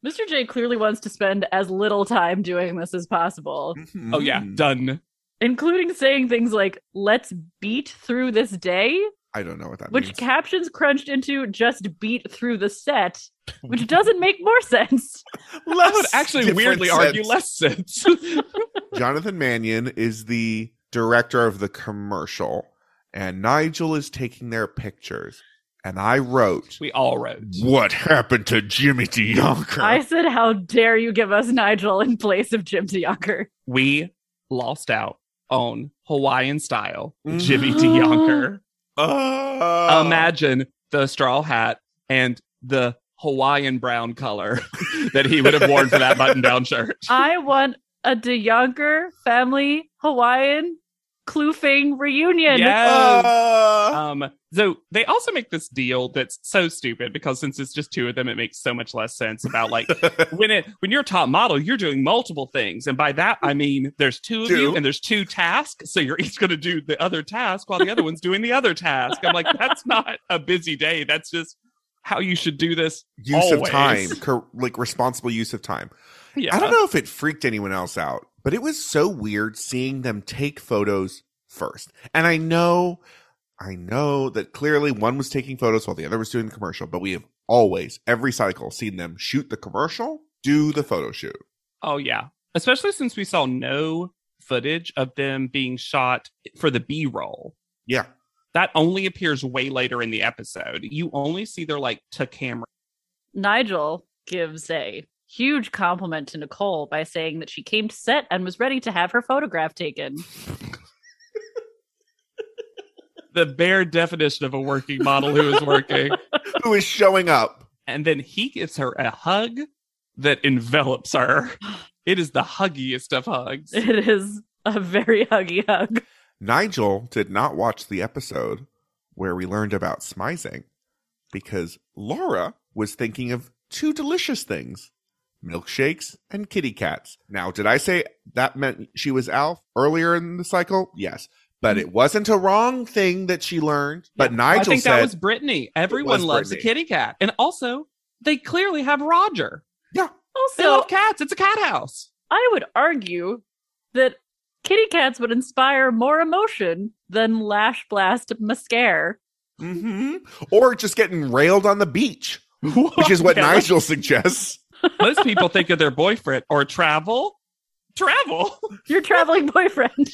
Speaker 5: Mr. J clearly wants to spend as little time doing this as possible,
Speaker 3: Oh yeah,
Speaker 4: Hmm. Mm.
Speaker 3: done.
Speaker 5: including saying things like, let's beat through this day,
Speaker 4: I don't know what that
Speaker 5: which
Speaker 4: means.
Speaker 5: captions crunched into just beat through the set, which doesn't make more sense.
Speaker 3: I would actually
Speaker 4: different
Speaker 3: weirdly
Speaker 4: sense.
Speaker 3: argue less sense.
Speaker 4: Jonathan Mannion is the director of the commercial, and Nigel is taking their pictures. And I wrote,
Speaker 3: we all wrote.
Speaker 4: What happened to Jimmy DeYonker?
Speaker 5: I said, how dare you give us Nigel in place of Jim DeYonker?
Speaker 3: We lost out on Hawaiian style
Speaker 4: Mm.
Speaker 3: Jimmy DeYonker. Uh,
Speaker 4: Oh.
Speaker 3: Imagine the straw hat and the Hawaiian brown color that he would have worn for that button down shirt.
Speaker 5: I want a DeYonker family Hawaiian Kloofing reunion.
Speaker 3: Yes.
Speaker 4: Oh.
Speaker 3: Um, so they also make this deal that's so stupid because since it's just two of them, it makes so much less sense about like when it when you're a top model, you're doing multiple things. And by that I mean there's two of
Speaker 4: Two.
Speaker 3: you and there's two tasks. So you're each gonna do the other task while the other one's doing the other task. I'm like, that's not a busy day. That's just how you should do this.
Speaker 4: use of
Speaker 3: always.
Speaker 4: time, cor- like responsible use of time.
Speaker 3: Yeah.
Speaker 4: I don't know if it freaked anyone else out, but it was so weird seeing them take photos first. And I know, I know that clearly one was taking photos while the other was doing the commercial, but we have always, every cycle, seen them shoot the commercial, do the photo shoot.
Speaker 3: Oh yeah. Especially since we saw no footage of them being shot for the B roll.
Speaker 4: Yeah.
Speaker 3: that only appears way later in the episode. You only see their like to camera.
Speaker 5: Nigel gives a huge compliment to Nicole by saying that she came to set and was ready to have her photograph taken.
Speaker 3: The bare definition of a working model who is working.
Speaker 4: Who is showing up?
Speaker 3: and then he gives her a hug that envelops her. It is the huggiest of hugs.
Speaker 5: It is a very huggy hug.
Speaker 4: Nigel did not watch the episode where we learned about smizing because Laura was thinking of two delicious things milkshakes and kitty cats. Now, did I say that meant she was Alf earlier in the cycle? Yes. But it wasn't a wrong thing that she learned. But Nigel
Speaker 3: I think
Speaker 4: said,
Speaker 3: that was Brittany. Everyone
Speaker 4: was
Speaker 3: loves
Speaker 4: Brittany.
Speaker 3: a kitty cat. And also, they clearly have Roger. They
Speaker 5: Also,
Speaker 3: love cats. It's a cat house.
Speaker 5: I would argue that kitty cats would inspire more emotion than lash blast mascara.
Speaker 4: Mhm. or just getting railed on the beach, which is what
Speaker 3: Yeah.
Speaker 4: Nigel suggests.
Speaker 3: Most people think of their boyfriend or travel. Travel.
Speaker 5: Your traveling boyfriend.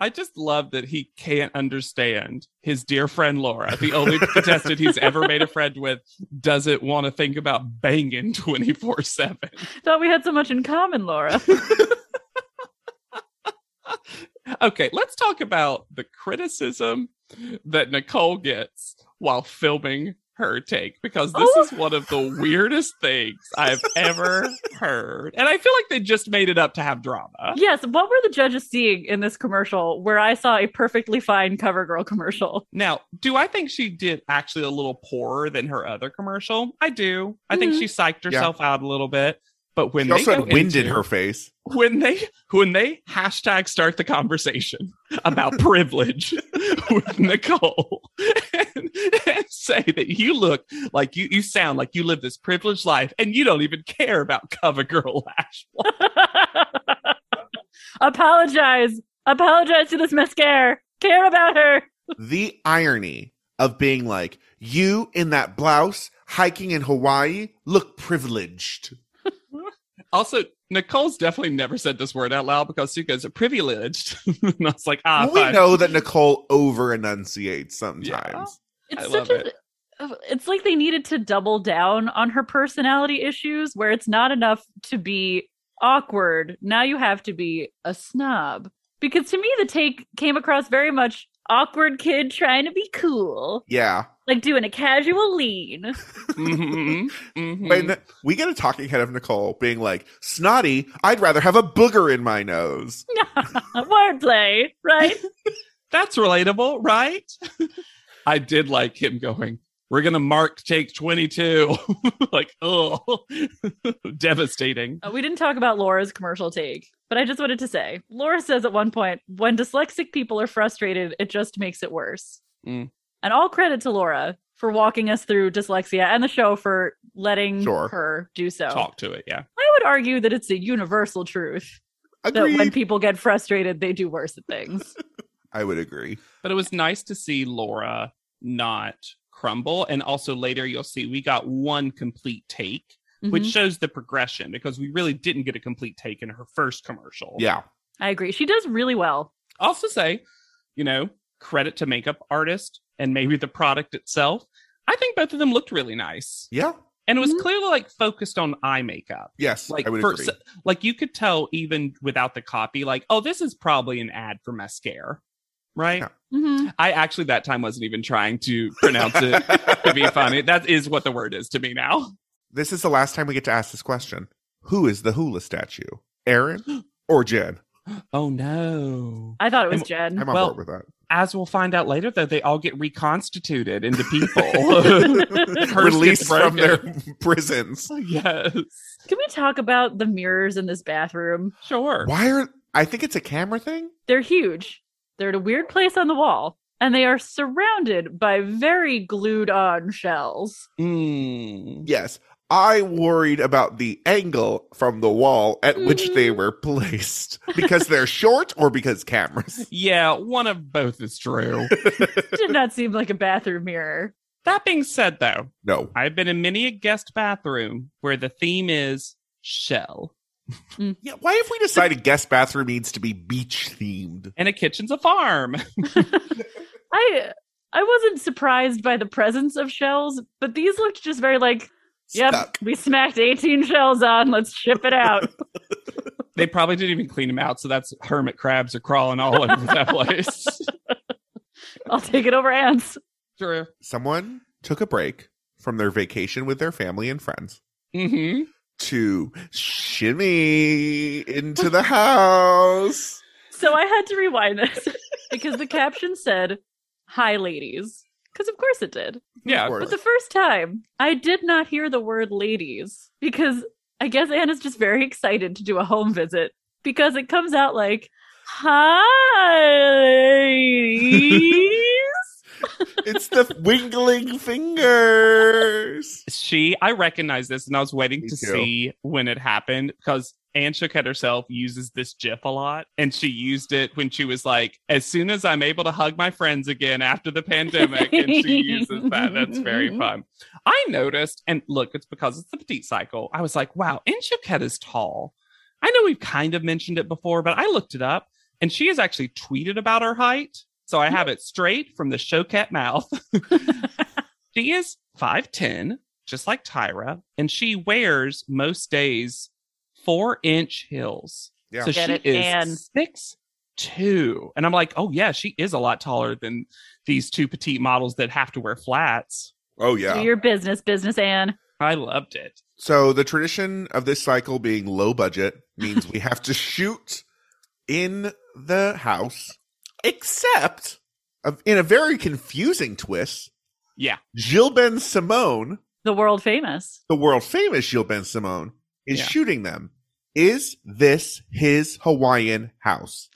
Speaker 3: I just love that he can't understand his dear friend Laura, the only contestant he's ever made a friend with, doesn't want to think about banging 24 7.
Speaker 5: Thought we had so much in common, Laura.
Speaker 3: Okay, let's talk about the criticism that Nicole gets while filming her take because this
Speaker 5: Oh.
Speaker 3: is one of the weirdest things I've ever heard. And I feel like they just made it up to have drama.
Speaker 5: yes, what were the judges seeing in this commercial where I saw a perfectly fine CoverGirl commercial?
Speaker 3: Now, do I think she did actually a little poorer than her other commercial? I do. I think
Speaker 5: Mhm.
Speaker 3: she psyched herself out a little bit. But when
Speaker 4: She
Speaker 3: they
Speaker 4: also
Speaker 3: go
Speaker 4: had wind in
Speaker 3: into-
Speaker 4: her face.
Speaker 3: when they when they hashtag start the conversation about privilege with Nicole and, and say that you look like you you sound like you live this privileged life and you don't even care about cover girl lash. blast.
Speaker 5: Apologize. Apologize to this mascara. Care about her.
Speaker 4: the irony of being like you in that blouse hiking in Hawaii look privileged.
Speaker 3: Also, Nicole's definitely never said this word out loud because she goes privileged. and I was like, ah,
Speaker 4: Well, we
Speaker 3: fine.
Speaker 4: know that Nicole over enunciates sometimes.
Speaker 5: It's
Speaker 3: I
Speaker 5: such
Speaker 3: love
Speaker 5: a. uh, It's like they needed to double down on her personality issues where it's not enough to be awkward. Now you have to be a snob. Because to me, the take came across very much awkward kid trying to be cool,
Speaker 4: Yeah.
Speaker 5: like doing a casual lean.
Speaker 3: Mhm, mhm.
Speaker 4: When we get a talking head of Nicole being like, snotty, I'd rather have a booger in my nose.
Speaker 5: Wordplay, right?
Speaker 3: That's relatable, right? I did like him going, we're going to mark take 22. like, oh, devastating.
Speaker 5: Uh, we didn't talk about Laura's commercial take, but I just wanted to say Laura says at one point, when dyslexic people are frustrated, it just makes it worse.
Speaker 3: Mm.
Speaker 5: And all credit to Laura for walking us through dyslexia and the show for letting
Speaker 4: Sure.
Speaker 5: her do so.
Speaker 3: Talk to it. Yeah.
Speaker 5: I would argue that it's a universal truth that
Speaker 4: Agreed.
Speaker 5: when people get frustrated, they do worse at things.
Speaker 4: I would agree.
Speaker 3: But it was nice to see Laura not crumble. And also later, you'll see we got one complete take, which
Speaker 5: Mhm.
Speaker 3: shows the progression because we really didn't get a complete take in her first commercial.
Speaker 4: Yeah.
Speaker 5: I agree. She does really well.
Speaker 3: also say, you know, credit to makeup artist and maybe the product itself. I think both of them looked really nice.
Speaker 4: Yeah.
Speaker 3: And it was
Speaker 5: Mhm.
Speaker 3: clearly like focused on eye makeup.
Speaker 4: Yes.
Speaker 3: Like
Speaker 4: I would
Speaker 3: for,
Speaker 4: agree.
Speaker 3: so- like you could tell even without the copy, like, oh, this is probably an ad for mascara. Right?
Speaker 4: Yeah.
Speaker 5: Mhm.
Speaker 3: I actually that time wasn't even trying to pronounce it to be funny. That is what the word is to me now.
Speaker 4: this is the last time we get to ask this question. Who is the hula statue? Aaron or Jen?
Speaker 3: Oh no.
Speaker 5: I thought it was
Speaker 3: I'm-
Speaker 5: Jen.
Speaker 4: I'm on
Speaker 3: Well,
Speaker 4: board with that.
Speaker 3: As we'll find out later though, they all get reconstituted into people. Hers gets
Speaker 4: Released from
Speaker 3: broken.
Speaker 4: their prisons.
Speaker 3: yes.
Speaker 5: Can we talk about the mirrors in this bathroom?
Speaker 3: Sure.
Speaker 4: Why are I think it's a camera thing?
Speaker 5: They're huge. They're at a weird place on the wall, and they are surrounded by very glued on shells.
Speaker 3: Mm.
Speaker 4: Yes. I worried about the angle from the wall at which they were placed because they're short or because cameras.
Speaker 3: Yeah, one of both is true.
Speaker 5: Did not seem like a bathroom mirror.
Speaker 3: that being said, though,
Speaker 4: No.
Speaker 3: I've been in many a guest bathroom where the theme is shell,
Speaker 4: Yeah, why have we decided guest bathroom needs to be beach themed?
Speaker 3: and a kitchen's a farm.
Speaker 5: I I wasn't surprised by the presence of shells, but these looked just very like, yep,
Speaker 4: Stuck.
Speaker 5: we smacked 18 shells on, let's ship it out.
Speaker 3: they probably didn't even clean them out, so that's hermit crabs are crawling all over that place.
Speaker 5: I'll take it over ants.
Speaker 3: True.
Speaker 4: Someone took a break from their vacation with their family and friends
Speaker 3: hmm
Speaker 4: to shimmy into the house.
Speaker 5: So I had to rewind this because the caption said, Hi, ladies. Because of course it did.
Speaker 3: Yeah.
Speaker 4: Of course.
Speaker 5: But the first time, I did not hear the word ladies because I guess Anna's just very excited to do a home visit because it comes out like, Hi, ladies.
Speaker 4: It's the wiggling fingers.
Speaker 3: She, I recognize this, and I was waiting
Speaker 4: Me
Speaker 3: to
Speaker 4: too.
Speaker 3: see when it happened because Anne Choquette herself uses this GIF a lot, and she used it when she was like, "As soon as I'm able to hug my friends again after the pandemic," and she uses that. That's very fun. I noticed, and look, it's because it's the petite cycle. I was like, "Wow, Anne Choquette is tall." I know we've kind of mentioned it before, but I looked it up, and she has actually tweeted about her height, so I have it straight from the Choquette mouth. She is 5'10, just like Tyra, and she wears most days four inch heels.
Speaker 4: Yeah.
Speaker 3: So
Speaker 5: Get
Speaker 3: she
Speaker 5: it,
Speaker 3: is
Speaker 5: Anne.
Speaker 3: six two. And I'm like, oh yeah, she is a lot taller than these two petite models that have to wear flats.
Speaker 4: Oh
Speaker 5: Do
Speaker 4: yeah.
Speaker 5: your business, business Anne.
Speaker 3: I loved it.
Speaker 4: So the tradition of this cycle being low budget means we have to shoot in the house, except of, in a very confusing twist.
Speaker 3: Yeah.
Speaker 4: Gilles Ben Simone,
Speaker 5: The world famous.
Speaker 4: the world famous Gilles Ben Simone, is
Speaker 3: Yeah.
Speaker 4: shooting them. Is this his Hawaiian house?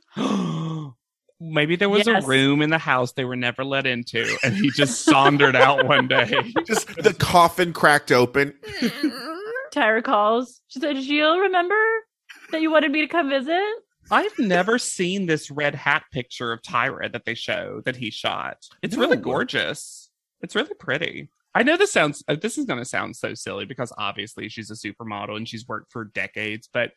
Speaker 3: Maybe there was
Speaker 5: Yes.
Speaker 3: a room in the house they were never let into, and he just sauntered out one day.
Speaker 4: Just the coffin cracked open.
Speaker 5: Tyra calls. She said, Gilles, remember that you wanted me to come visit?
Speaker 3: I've never seen this red hat picture of Tyra that they show that he shot. It's really
Speaker 4: No.
Speaker 3: gorgeous. It's really pretty. I know this sounds uh, this is going to sound so silly because obviously she's a supermodel and she's worked for decades, but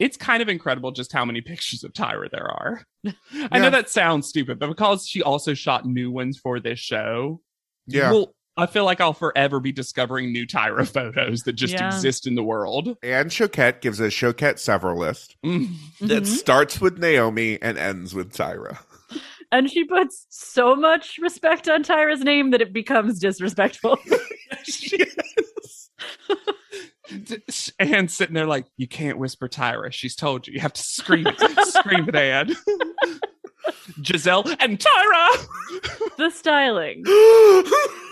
Speaker 3: it's kind of incredible just how many pictures of Tyra there are. I
Speaker 4: Yeah.
Speaker 3: know that sounds stupid, but because she also shot new ones for this show,
Speaker 4: Yeah.
Speaker 3: well, I feel like I'll forever be discovering new Tyra photos that just
Speaker 5: Yeah.
Speaker 3: exist in the world.
Speaker 4: Anne Choquette gives a Choquette several list
Speaker 3: Mm.
Speaker 4: that
Speaker 5: Mhm.
Speaker 4: starts with Naomi and ends with Tyra.
Speaker 5: And she puts so much respect on Tyra's name that it becomes disrespectful.
Speaker 3: Anne's sitting there like, you can't whisper Tyra. She's told you. You have to scream it. scream it, Anne. Giselle and Tyra.
Speaker 5: the styling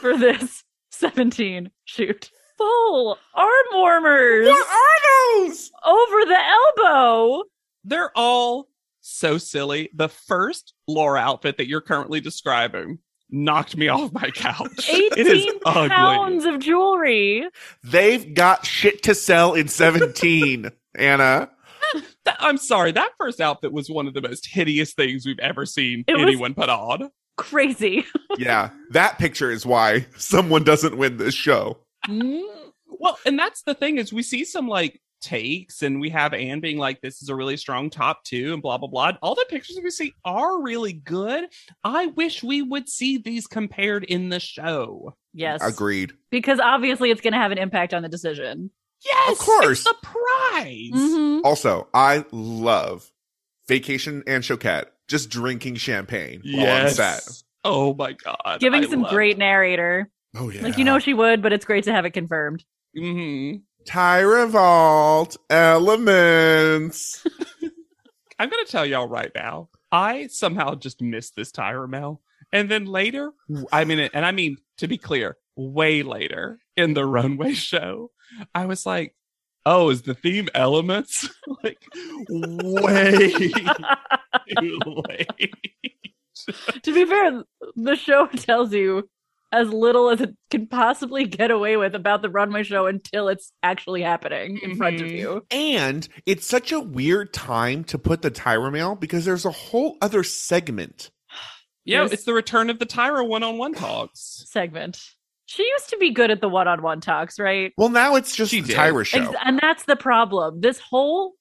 Speaker 5: for this 17 shoot. Full arm warmers
Speaker 4: are those?
Speaker 5: over the elbow.
Speaker 3: They're all so silly. The first Laura outfit that you're currently describing knocked me off my couch. It is
Speaker 5: 18
Speaker 3: ugly.
Speaker 5: pounds of jewelry.
Speaker 4: They've got shit to sell in 17, Anna.
Speaker 3: Th- I'm sorry. That first outfit was one of the most hideous things we've ever seen
Speaker 5: It was-
Speaker 3: anyone put on.
Speaker 5: Crazy.
Speaker 4: Yeah, that picture is why someone doesn't win this show.
Speaker 3: Mm, Well, and that's the thing is we see some like takes and we have Anne being like, this is a really strong top two and blah, blah, blah. All the pictures we see are really good. I wish we would see these compared in the show.
Speaker 5: Yes.
Speaker 4: Agreed.
Speaker 5: Because obviously it's going to have an impact on the decision.
Speaker 3: Yes.
Speaker 4: course.
Speaker 3: It's the prize.
Speaker 5: Mhm.
Speaker 4: Also, I love Vacation and Choquette just drinking champagne while on set.
Speaker 3: Yes. Oh my God.
Speaker 5: Giving
Speaker 3: I
Speaker 5: some
Speaker 3: love-
Speaker 5: great narrator.
Speaker 4: Oh, yeah.
Speaker 5: Like, you know, she would, but it's great to have it confirmed.
Speaker 3: Mhm.
Speaker 4: Tyra Vault Elements.
Speaker 3: I'm going to tell y'all right now. I somehow just missed this Tyra Mel. And then later, I mean, and I mean, to be clear, way later in the runway show, I was like, oh, is the theme elements? like, way too late.
Speaker 5: to be fair, the show tells you as little as it can possibly get away with about the runway show until it's actually happening in front of
Speaker 3: Mhm.
Speaker 5: you.
Speaker 4: And it's such a weird time to put the Tyra mail because there's a whole other segment.
Speaker 3: Yeah,
Speaker 5: Yes.
Speaker 3: it's the return of the Tyra one on one talks.
Speaker 5: Segment. She used to be good at the one on one talks, right?
Speaker 4: Well, now it's just
Speaker 3: She
Speaker 4: the
Speaker 3: did.
Speaker 4: Tyra show.
Speaker 5: Ex- and that's the problem. This whole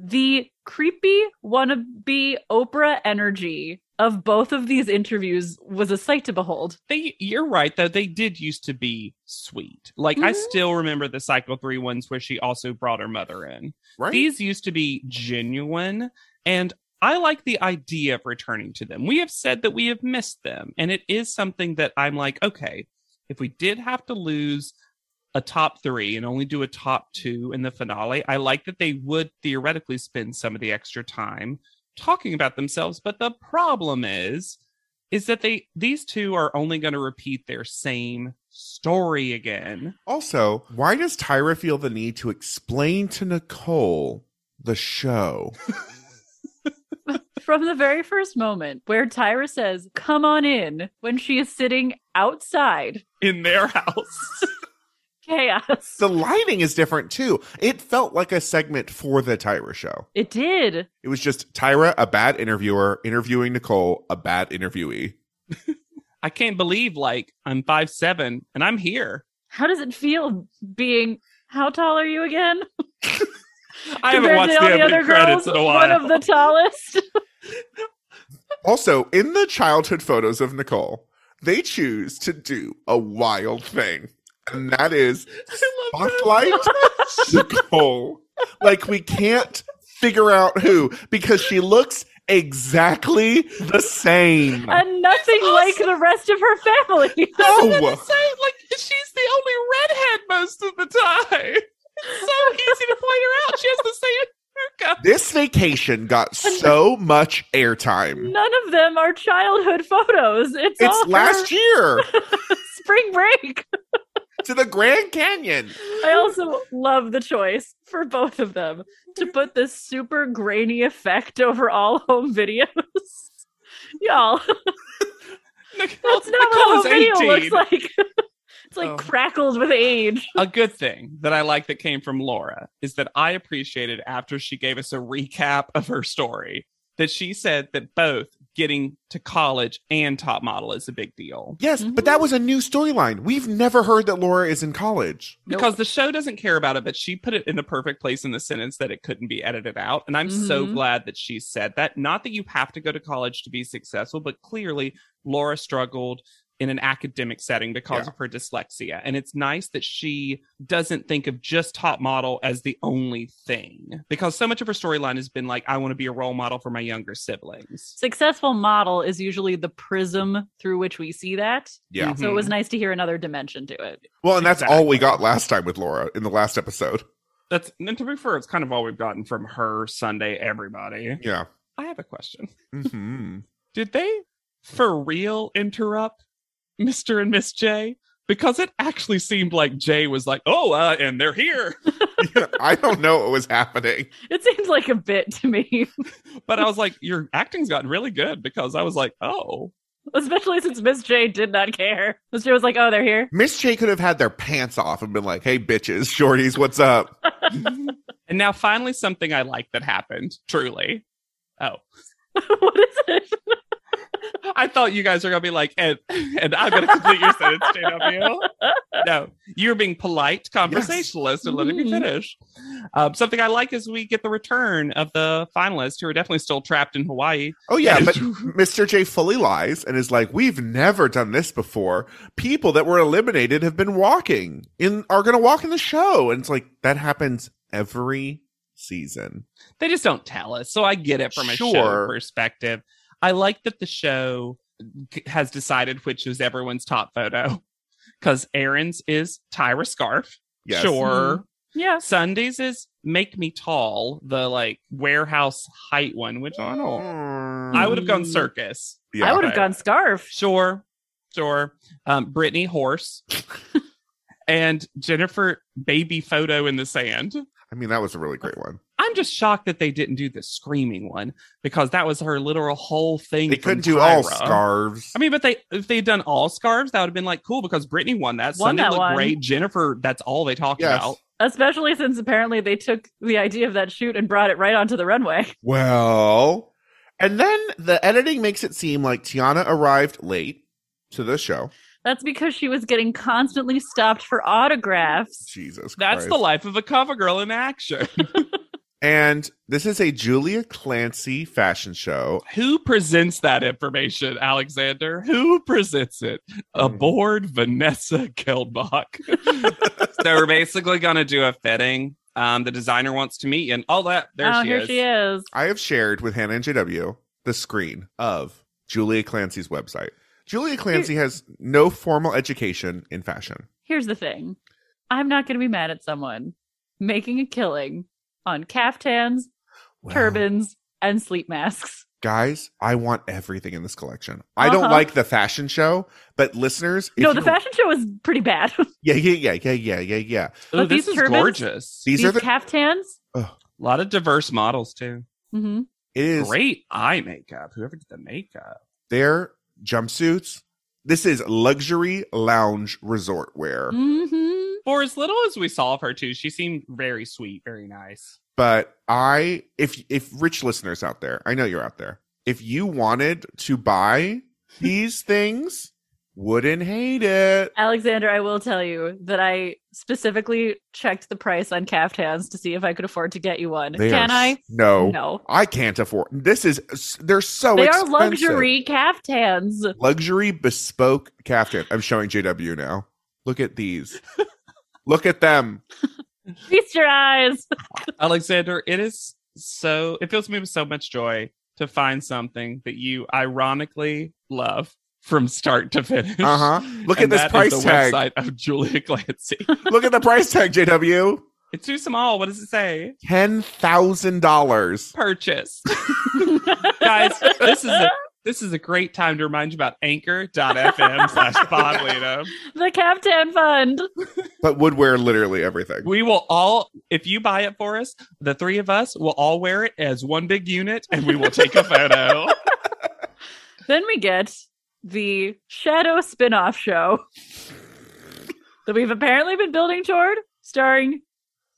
Speaker 5: the creepy wannabe Oprah energy of both of these interviews was a sight to behold.
Speaker 3: They, you're right though. They did used to be sweet. Like I
Speaker 5: Mhm.
Speaker 3: still remember the cycle three ones where she also brought her mother in.
Speaker 4: right?
Speaker 3: These used to be genuine, and I like the idea of returning to them. We have said that we have missed them, and it is something that I'm like, okay, if we did have to lose a top three and only do a top two in the finale. I like that they would theoretically spend some of the extra time talking about themselves, but the problem is is that they these two are only going to repeat their same story again.
Speaker 4: Also, why does Tyra feel the need to explain to Nicole the show?
Speaker 5: From the very first moment where Tyra says, Come on in, when she is sitting outside,
Speaker 3: in their house.
Speaker 5: chaos.
Speaker 4: the lighting is different too. It felt like a segment for the Tyra show.
Speaker 5: It did.
Speaker 4: It was just Tyra, a bad interviewer, interviewing Nicole, a bad interviewee.
Speaker 3: I can't believe like I'm five seven and I'm here.
Speaker 5: How does it feel being, How tall are you again?
Speaker 3: I haven't
Speaker 5: Compared
Speaker 3: watched the
Speaker 5: to all
Speaker 3: opening
Speaker 5: other
Speaker 3: credits
Speaker 5: girls,
Speaker 3: in a
Speaker 5: One
Speaker 3: while.
Speaker 5: of the tallest.
Speaker 4: Also, in the childhood photos of Nicole, they choose to do a wild thing, and that is
Speaker 3: love that.
Speaker 4: spotlight Nicole. Like we can't figure out who because she looks exactly the same.
Speaker 5: and nothing like the rest of her family.
Speaker 3: I was
Speaker 4: No.
Speaker 3: gonna say, like she's the only redhead most of the time. It's so easy to point her out. She has the same haircut.
Speaker 4: This vacation got so much airtime.
Speaker 5: None of them are childhood photos. It's, all
Speaker 4: It's
Speaker 5: her
Speaker 4: last year
Speaker 5: spring break.
Speaker 4: to the Grand Canyon.
Speaker 5: I also love the choice for both of them to put this super grainy effect over all home videos. Y'all,
Speaker 3: Nic-
Speaker 5: that's not
Speaker 3: Nicole's
Speaker 5: what home video
Speaker 3: 18.
Speaker 5: looks like. It's like
Speaker 3: Oh.
Speaker 5: crackled with age.
Speaker 3: a good thing that I like that came from Laura is that I appreciated after she gave us a recap of her story that she said that both getting to college and top model is a big deal.
Speaker 4: Yes, but
Speaker 3: Mm-hmm.
Speaker 4: that was a new storyline. We've never heard that Laura is in college.
Speaker 3: Because the show doesn't care about it, but she put it in the perfect place in the sentence that it couldn't be edited out. And I'm so
Speaker 5: Mhm.
Speaker 3: glad that she said that. Not that you have to go to college to be successful, but clearly Laura struggled in an academic setting because
Speaker 4: Yeah.
Speaker 3: of her dyslexia. And it's nice that she doesn't think of just top model as the only thing because so much of her storyline has been like, I want to be a role model for my younger siblings.
Speaker 5: Successful model is usually the prism through which we see that.
Speaker 4: Yeah.
Speaker 5: So it was nice to hear another dimension to it.
Speaker 4: Well, and that's all we got last time with Laura in the last episode.
Speaker 3: That's, and to be fair, it's kind of all we've gotten from her Sunday, everybody.
Speaker 4: Yeah.
Speaker 3: I have a question.
Speaker 4: hmm
Speaker 3: did they for real interrupt Mr. and Miss J? Because it actually seemed like Jay was like, oh, uh, and they're here.
Speaker 4: I don't know what was happening.
Speaker 5: It seems like a bit to me,
Speaker 3: But I was like, your acting's gotten really good because I was like, oh,
Speaker 5: especially since Miss J did not care. Miss J was like, "Oh, they're here."
Speaker 4: Miss J could have had their pants off and been like, hey, bitches, shorties, what's up?
Speaker 3: and now finally something I like that happened, truly. Oh,
Speaker 5: what is it?
Speaker 3: I thought you guys were going to be like, and, and I'm going to complete your sentence, JW. No, you're being polite conversationalist and letting me
Speaker 5: Mhm.
Speaker 3: finish. Um, something I like is we get the return of the finalists who are definitely still trapped in Hawaii.
Speaker 4: Oh, yeah. But Mr. J fully lies and is like, we've never done this before. People that were eliminated have been walking in, are going to walk in the show. And it's like, that happens every season.
Speaker 3: they just don't tell us. So I get it from a show
Speaker 4: Sure.
Speaker 3: perspective. I like that the show g- has decided which is everyone's top photo because Aaron's is Tyra Scarf.
Speaker 4: Yes.
Speaker 3: Sure.
Speaker 5: Yes.
Speaker 3: Sunday's is Make Me Tall, the like warehouse height one, which I don't. I would have gone circus.
Speaker 4: Yeah.
Speaker 5: I would have gone scarf.
Speaker 3: Sure. Sure. Um, Brittany Horse and Jennifer Baby Photo in the Sand.
Speaker 4: I mean, that was a really great one.
Speaker 3: I'm just shocked that they didn't do the screaming one because that was her literal whole thing.
Speaker 4: They
Speaker 3: from
Speaker 4: couldn't do all
Speaker 3: Tyra.
Speaker 4: scarves.
Speaker 3: I mean, but they if they'd done all scarves, that would have been like cool because Brittany won that.
Speaker 5: Won
Speaker 3: Sunday
Speaker 5: that
Speaker 3: looked
Speaker 5: one.
Speaker 3: great. Jennifer, that's all they talked
Speaker 4: Yes.
Speaker 3: about.
Speaker 5: Especially since apparently they took the idea of that shoot and brought it right onto the runway.
Speaker 4: Well, and then the editing makes it seem like Tiana arrived late to the show.
Speaker 5: That's because she was getting constantly stopped for autographs.
Speaker 4: Jesus
Speaker 3: That's
Speaker 4: Christ.
Speaker 3: the life of a cover girl in action.
Speaker 4: and this is a Julia Clancy fashion show.
Speaker 3: Who presents that information, Alexander? Who presents it?
Speaker 4: Hmm.
Speaker 3: Aboard Vanessa Geldbach. so we're basically gonna do a fitting. Um, the designer wants to meet you and all that. There
Speaker 5: oh,
Speaker 3: she
Speaker 5: here
Speaker 3: is.
Speaker 5: she is.
Speaker 4: I have shared with Hannah and JW the screen of Julia Clancy's website. Julia Clancy has no formal education in fashion.
Speaker 5: Here's the thing. I'm not going to be mad at someone making a killing on caftans,
Speaker 4: Well,
Speaker 5: turbans, and sleep masks.
Speaker 4: Guys, I want everything in this collection. I don't
Speaker 5: Uh-huh.
Speaker 4: like the fashion show, but listeners, if
Speaker 5: no, the
Speaker 4: you-
Speaker 5: fashion show is pretty bad.
Speaker 4: Yeah, yeah, yeah, yeah, yeah, yeah, yeah.
Speaker 3: Oh,
Speaker 5: But
Speaker 3: this
Speaker 5: these
Speaker 3: is
Speaker 5: turbans-
Speaker 3: gorgeous.
Speaker 4: These,
Speaker 5: These,
Speaker 4: are the.
Speaker 5: caftans.
Speaker 3: A lot of diverse models too.
Speaker 5: hmm
Speaker 4: it is
Speaker 3: Great eye makeup. Whoever did the makeup.
Speaker 4: their jumpsuits. This is luxury lounge resort wear,
Speaker 5: hmm
Speaker 3: For as little as we saw of her too, she seemed very sweet, very nice.
Speaker 4: but I if if rich listeners out there, I know you're out there. If you wanted to buy these things, wouldn't hate it.
Speaker 5: Alexander, I will tell you that I specifically checked the price on caftans to see if I could afford to get you one.
Speaker 4: They
Speaker 5: Can
Speaker 4: are s-
Speaker 5: I?
Speaker 4: No,
Speaker 5: No.
Speaker 4: I can't afford. This is they're so
Speaker 5: they
Speaker 4: expensive.
Speaker 5: are luxury caftans.
Speaker 4: luxury bespoke caftan. I'm showing JW now. Look at these. Look at them.
Speaker 5: Feast your eyes.
Speaker 3: Alexander, it is so it fills me with so much joy to find something that you ironically love from start to finish.
Speaker 4: Uh huh. Look at
Speaker 3: And
Speaker 4: this
Speaker 3: that is
Speaker 4: price
Speaker 3: the
Speaker 4: tag.
Speaker 3: website of Julia Clancy.
Speaker 4: Look at the price tag, JW.
Speaker 3: it's too small. What does it say?
Speaker 4: Ten thousand dollars.
Speaker 3: Purchase. Guys, this is a this is a great time to remind you about anchor.fm slash podleadum.
Speaker 5: the caftan fund.
Speaker 4: But would wear literally everything.
Speaker 3: We will all, if you buy it for us, the three of us will all wear it as one big unit and we will take a photo.
Speaker 5: Then we get the Shadow spin off show that we've apparently been building toward, starring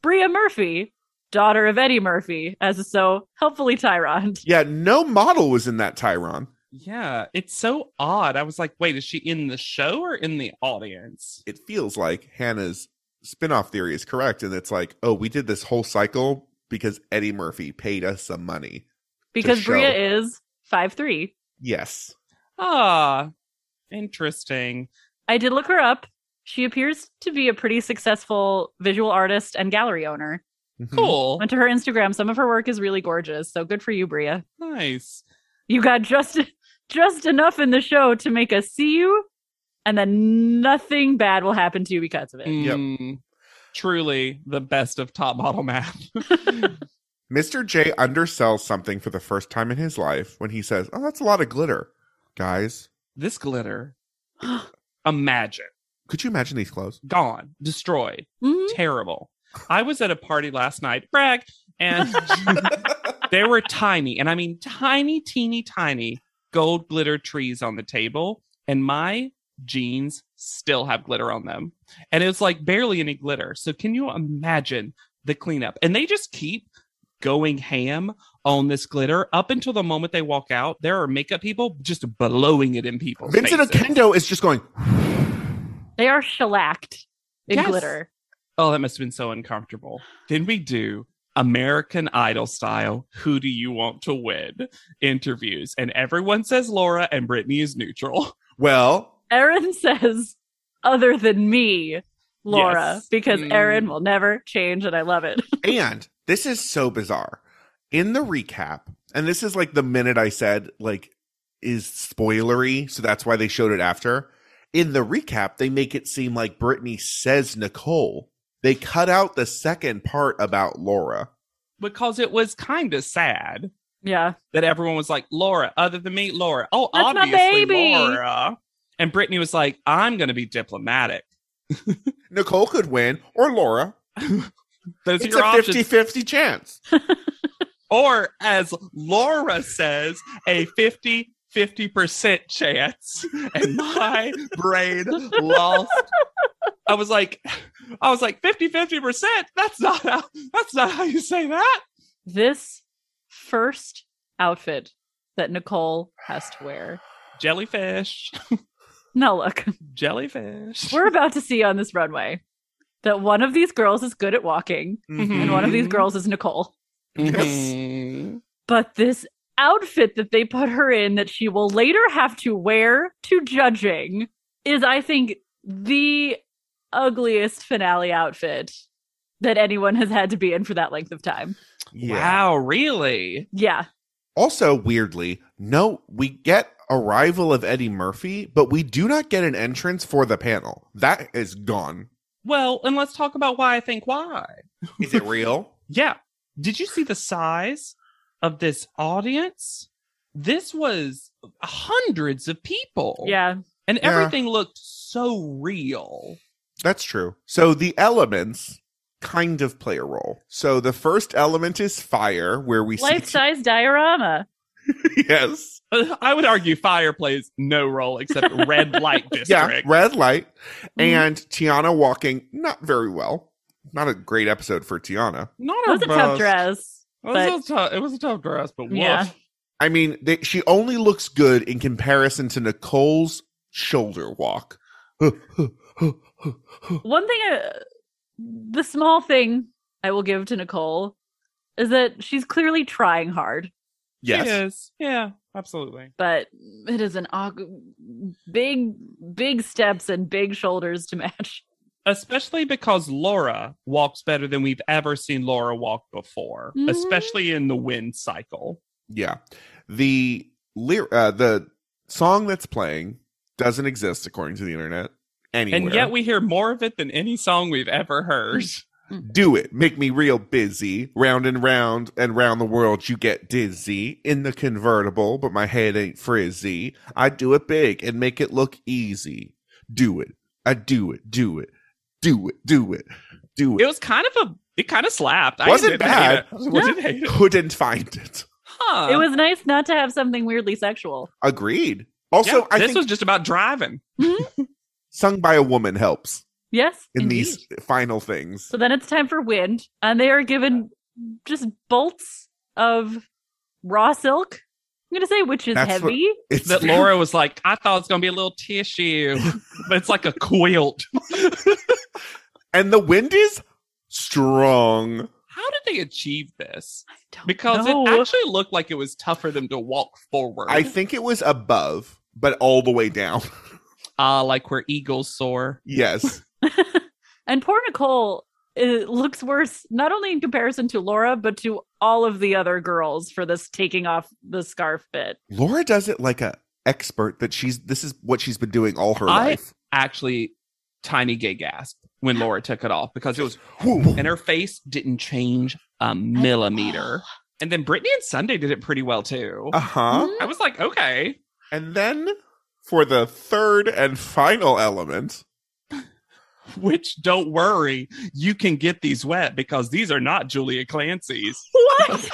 Speaker 5: Bria Murphy, daughter of Eddie Murphy, as is so helpfully Tyrant.
Speaker 4: Yeah, no model was in that Tyron.
Speaker 3: yeah, it's so odd. I was like, wait, is she in the show or in the audience?
Speaker 4: It feels like Hannah's spin-off theory is correct, and it's like, oh, we did this whole cycle because Eddie Murphy paid us some money.
Speaker 5: Because
Speaker 4: show.
Speaker 5: Bria is five three.
Speaker 4: Yes.
Speaker 3: Ah, interesting.
Speaker 5: I did look her up. She appears to be a pretty successful visual artist and gallery owner.
Speaker 4: Mhm.
Speaker 3: Cool.
Speaker 5: Went to her Instagram. Some of her work is really gorgeous. So good for you, Bria.
Speaker 3: Nice.
Speaker 5: you got just just enough in the show to make us see you and then nothing bad will happen to you because of it
Speaker 4: Yep.
Speaker 3: Mm, Truly the best of top model math.
Speaker 4: Mr. J undersells something for the first time in his life when he says, "Oh, that's a lot of glitter." Guys,
Speaker 3: this glitter, imagine,
Speaker 4: could you imagine these clothes?
Speaker 3: gone, destroyed.
Speaker 5: Mhm.
Speaker 3: terrible. I was at a party last night, brag, and there were tiny, and I mean tiny, teeny, tiny gold glitter trees on the table, and my jeans still have glitter on them. And it was like barely any glitter. So can you imagine the cleanup? And they just keep going ham on this glitter up until the moment they walk out. There are makeup people just blowing it in people.
Speaker 4: Vincent Okendo is just going,
Speaker 5: they are shellacked in
Speaker 3: Yes.
Speaker 5: glitter
Speaker 3: Oh, that must have been so uncomfortable. Then we do American Idol style, who do you want to win interviews. And everyone says Laura and Brittany is neutral.
Speaker 4: "Well,
Speaker 5: erin says other than me laura
Speaker 3: Yes.
Speaker 5: because
Speaker 3: Mm.
Speaker 5: erin will never change and i love it
Speaker 4: And this is so bizarre. In the recap, and this is like the minute I said like is spoilery, so that's why they showed it after. In the recap, they make it seem like Brittany says Nicole. They cut out the second part about Laura.
Speaker 3: Because it was kind of sad
Speaker 5: yeah
Speaker 3: that everyone was like, Laura, other than me, Laura. Oh,
Speaker 5: That's my
Speaker 3: obviously,
Speaker 5: baby.
Speaker 3: Laura. And Brittany was like, I'm going to be diplomatic.
Speaker 4: Nicole could win or Laura.
Speaker 3: Those
Speaker 4: It's a
Speaker 3: are your options.
Speaker 4: 50-50 chance.
Speaker 3: Or, as Laura says, a 50 50% chance. And my brain lost. I was like, I was like, 50 50%? That's not how, that's not how you say that.
Speaker 5: this first outfit that nicole has to wear
Speaker 3: Jellyfish.
Speaker 5: now look
Speaker 3: Jellyfish.
Speaker 5: we're about to see on this runway that one of these girls is good at walking
Speaker 4: Mm-hmm.
Speaker 5: and one of these
Speaker 3: Mhm.
Speaker 5: girls is nicole
Speaker 3: Mhm.
Speaker 5: but this outfit that they put her in that she will later have to wear to judging is i think the ugliest finale outfit that anyone has had to be in for that length of time
Speaker 3: Wow, really?
Speaker 5: yeah
Speaker 4: Also, weirdly, no, we get arrival of Eddie Murphy, but we do not get an entrance for the panel. That is gone.
Speaker 3: Well, and let's talk about why I think why.
Speaker 4: Is it real?
Speaker 3: Yeah. Did you see the size of this audience? This was hundreds of
Speaker 4: Oh,
Speaker 3: people.
Speaker 5: Yeah.
Speaker 3: And
Speaker 4: Yeah.
Speaker 3: everything looked so real.
Speaker 4: That's true. So the elements kind of play a role. So the first element is fire, where we
Speaker 5: Life
Speaker 4: see
Speaker 5: size diorama.
Speaker 4: yes,
Speaker 3: Uh, I would argue fire plays no role except red light district.
Speaker 4: yeah, red light,
Speaker 3: Mm-hmm.
Speaker 5: Mhm.
Speaker 4: and Tiana walking not very well. Not a great episode for Tiana.
Speaker 3: Not
Speaker 5: It was a tough
Speaker 3: best-
Speaker 5: dress.
Speaker 3: It was,
Speaker 5: but-
Speaker 3: a tough, it was a tough dress, but woof.
Speaker 5: Yeah.
Speaker 4: I mean, they, she only looks good in comparison to Nicole's shoulder walk.
Speaker 5: One thing, I, the small thing I will give to Nicole is that she's clearly trying hard,
Speaker 3: It
Speaker 4: Yes,
Speaker 3: is. Yeah, absolutely.
Speaker 5: but it is an awkward, big, big steps and big shoulders to match.
Speaker 3: Especially because Laura walks better than we've ever seen Laura walk before,
Speaker 5: Mhm.
Speaker 3: especially in the wind cycle.
Speaker 4: yeah. The lyr- uh, the song that's playing doesn't exist according to the internet anywhere.
Speaker 3: And yet we hear more of it than any song we've ever heard.
Speaker 4: Do it. Make me real busy. Round and round and round the world, you get dizzy. In the convertible, but my head ain't frizzy. I do it big and make it look easy. Do it. I do it. Do it. Do it. Do it. Do
Speaker 3: It
Speaker 4: it.
Speaker 3: was kind of a. It kind of slapped.
Speaker 4: Wasn't
Speaker 3: I didn't hate
Speaker 4: bad.
Speaker 3: it. I didn't hate it.
Speaker 4: Couldn't find it.
Speaker 3: Huh.
Speaker 5: it was nice not to have something weirdly sexual.
Speaker 4: Agreed. Also,
Speaker 3: Yeah,
Speaker 4: I
Speaker 3: this
Speaker 4: think
Speaker 3: was just about driving.
Speaker 4: sung by a woman helps
Speaker 5: Yes.
Speaker 4: in these final things.
Speaker 5: So then it's time for wind, and they are given just bolts of raw silk. I'm gonna say which is
Speaker 4: That's what-
Speaker 5: heavy.
Speaker 4: It's
Speaker 3: That Laura was like, I thought it's gonna be a little tissue, but it's like a quilt.
Speaker 4: and the wind is strong.
Speaker 3: How did they achieve this?
Speaker 5: I don't
Speaker 3: Because
Speaker 5: know.
Speaker 3: it actually looked like it was tough for them to walk forward.
Speaker 4: I think it was above, but all the way down.
Speaker 3: Ah, like where eagles soar.
Speaker 4: Yes.
Speaker 5: and poor Nicole it looks worse, not only in comparison to Laura, but to all of the other girls for this taking off the scarf bit.
Speaker 4: Laura does it like a expert that she's this is what she's been doing all her
Speaker 3: I-
Speaker 4: life.
Speaker 3: Actually, tiny gay gasp when Laura took it off because it was,
Speaker 4: Woo.
Speaker 3: and her face didn't change a millimeter. And then Brittany and Sunday did it pretty well too.
Speaker 4: Uh-huh.
Speaker 3: I was like, okay.
Speaker 4: And then for the third and final element,
Speaker 3: Which don't worry, you can get these wet because these are not Julia Clancy's.
Speaker 5: What?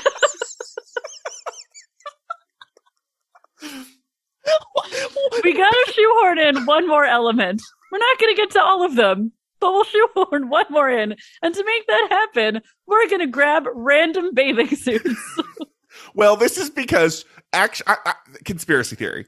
Speaker 5: we gotta shoehorn in one more element. We're not gonna get to all of them, but we'll shoehorn one more in. And to make that happen, we're gonna grab random bathing suits.
Speaker 4: well, this is because actually I, I, conspiracy theory.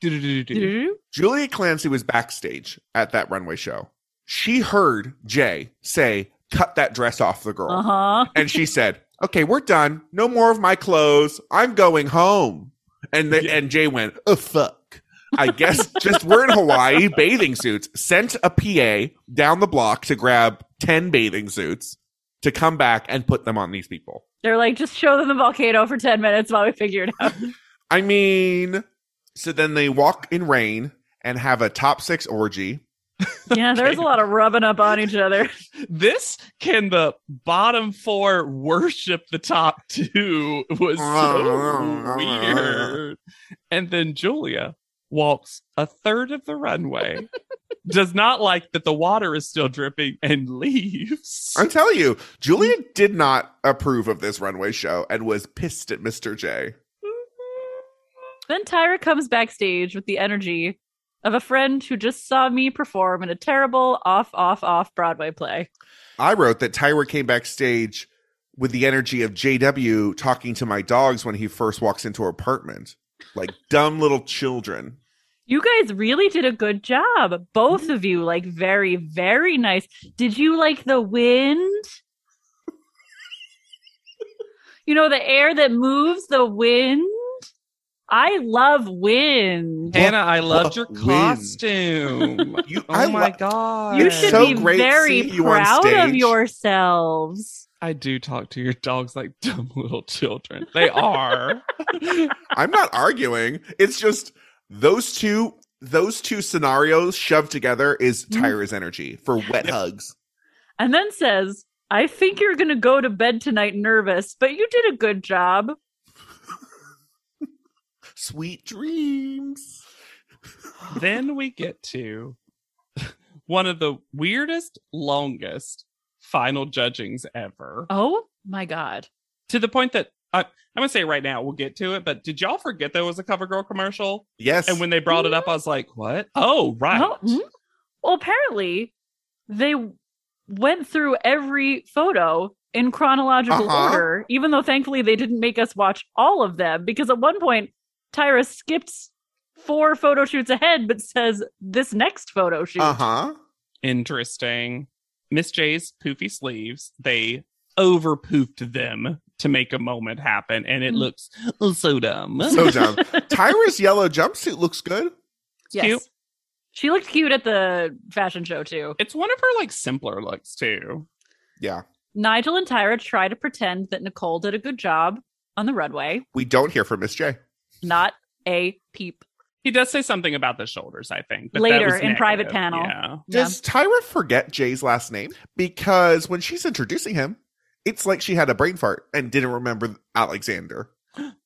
Speaker 3: Do-do-do-do-do.
Speaker 5: Doo-doo.
Speaker 4: Julia Clancy was backstage at that runway show. She heard Jay say, "Cut that dress off the girl,"
Speaker 5: uh-huh.
Speaker 4: and she said, "Okay, we're done. No more of my clothes. I'm going home." And the,
Speaker 3: Yeah.
Speaker 4: and Jay went, "Oh fuck." I guess just we're in Hawaii. Bathing suits sent a PA down the block to grab ten bathing suits to come back and put them on these people.
Speaker 5: They're like, just show them the volcano for 10 minutes while we figure it out.
Speaker 4: I mean, so then they walk in rain and have a top six orgy.
Speaker 5: Yeah, there's a lot of rubbing up on each other.
Speaker 3: This can the bottom four worship the top two was so weird. And then Julia walks a third of the runway, does not like that the water is still dripping, and leaves.
Speaker 4: I'm telling you, Julia did not approve of this runway show and was pissed at Mr. J.
Speaker 5: Then Tyra comes backstage with the energy of a friend who just saw me perform in a terrible off, off, off Broadway play.
Speaker 4: I wrote that Tyra came backstage with the energy of JW talking to my dogs when he first walks into her apartment, like dumb little children.
Speaker 5: You guys really did a good job. Both of you, like, very, very nice. Did you like the wind? You know, the air that moves, the wind? I love wind.
Speaker 3: Hannah, I loved your
Speaker 4: Win.
Speaker 3: costume.
Speaker 4: You,
Speaker 3: Oh
Speaker 4: I
Speaker 3: my
Speaker 4: lo-
Speaker 3: god!
Speaker 5: You
Speaker 4: It's
Speaker 5: should
Speaker 4: so
Speaker 5: be
Speaker 4: great
Speaker 5: very
Speaker 4: seeing you on
Speaker 5: proud of
Speaker 4: stage.
Speaker 5: yourselves.
Speaker 3: I do talk to your dogs like dumb little children. They are.
Speaker 4: I'm not arguing. It's just those
Speaker 3: Mm-hmm.
Speaker 4: two. Those two scenarios shoved together is Tyra's energy for wet hugs.
Speaker 5: and then says, I think you're going to go to bed tonight nervous, but you did a good job.
Speaker 4: Sweet dreams.
Speaker 3: then we get to one of the weirdest, longest final judgings ever.
Speaker 5: Oh my God.
Speaker 3: To the point that I, I'm gonna say right now, we'll get to it. But did y'all forget there was a CoverGirl commercial?
Speaker 4: Yes.
Speaker 3: And when they brought it up, I was like, "What? Oh, right."
Speaker 5: Oh, mm. Well, apparently they went through every photo in chronological
Speaker 4: Uh-huh.
Speaker 5: order, even though thankfully they didn't make us watch all of them because at one point Tyra skips four photo shoots ahead but says this next photo shoot.
Speaker 4: uh huh.
Speaker 3: Interesting. Miss J's poofy sleeves. They over poofed them to make a moment happen, and it
Speaker 5: Mm.
Speaker 3: looks so dumb.
Speaker 4: So dumb. Tyra's yellow jumpsuit looks good.
Speaker 5: Yes.
Speaker 3: cute.
Speaker 5: She looked cute at the fashion show too.
Speaker 3: it's one of her like simpler looks too.
Speaker 4: Yeah.
Speaker 5: Nigel and Tyra try to pretend that Nicole did a good job on the runway.
Speaker 4: We don't hear from Miss J.
Speaker 5: Not a peep.
Speaker 3: He does say something about the shoulders, I think. but that
Speaker 5: Later
Speaker 3: was
Speaker 5: in private panel.
Speaker 3: Yeah.
Speaker 4: Does Tyra forget Jay's last name? Because when she's introducing him, it's like she had a brain fart and didn't remember Alexander.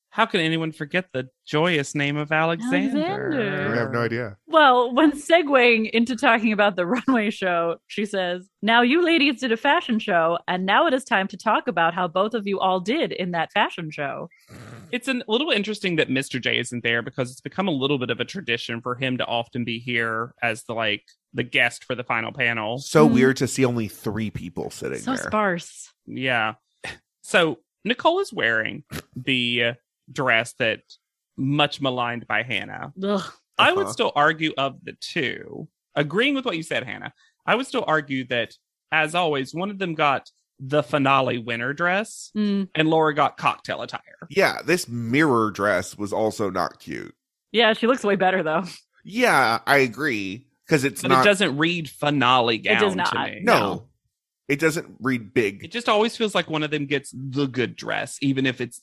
Speaker 3: How can anyone forget the joyous name of Alexander?
Speaker 5: Alexander.
Speaker 4: I have no idea.
Speaker 5: Well, when segueing into talking about the runway show, she says, Now you ladies did a fashion show, and now it is time to talk about how both of you all did in that fashion show.
Speaker 3: It's an- a little interesting that Mr. J isn't there because it's become a little bit of a tradition for him to often be here as the like the guest for the final panel.
Speaker 4: So
Speaker 5: Hmm.
Speaker 4: weird to see only three people sitting
Speaker 5: So
Speaker 4: there.
Speaker 5: sparse.
Speaker 3: Yeah. So Nicole is wearing the dress that much maligned by Hannah.
Speaker 5: Ugh.
Speaker 3: I would
Speaker 4: Uh-huh.
Speaker 3: still argue of the two, agreeing with what you said, Hannah, I would still argue that as always, one of them got the finale winner dress
Speaker 5: Mm.
Speaker 3: and Laura got cocktail attire.
Speaker 4: yeah, this mirror dress was also not cute.
Speaker 5: Yeah, she looks way better, though.
Speaker 4: Yeah, I agree. Because it's
Speaker 3: But
Speaker 4: not.
Speaker 3: it doesn't read finale gown
Speaker 5: does
Speaker 3: to
Speaker 5: not.
Speaker 3: me.
Speaker 4: no,
Speaker 5: no.
Speaker 4: it doesn't read big.
Speaker 3: It just always feels like one of them gets the good dress, even if it's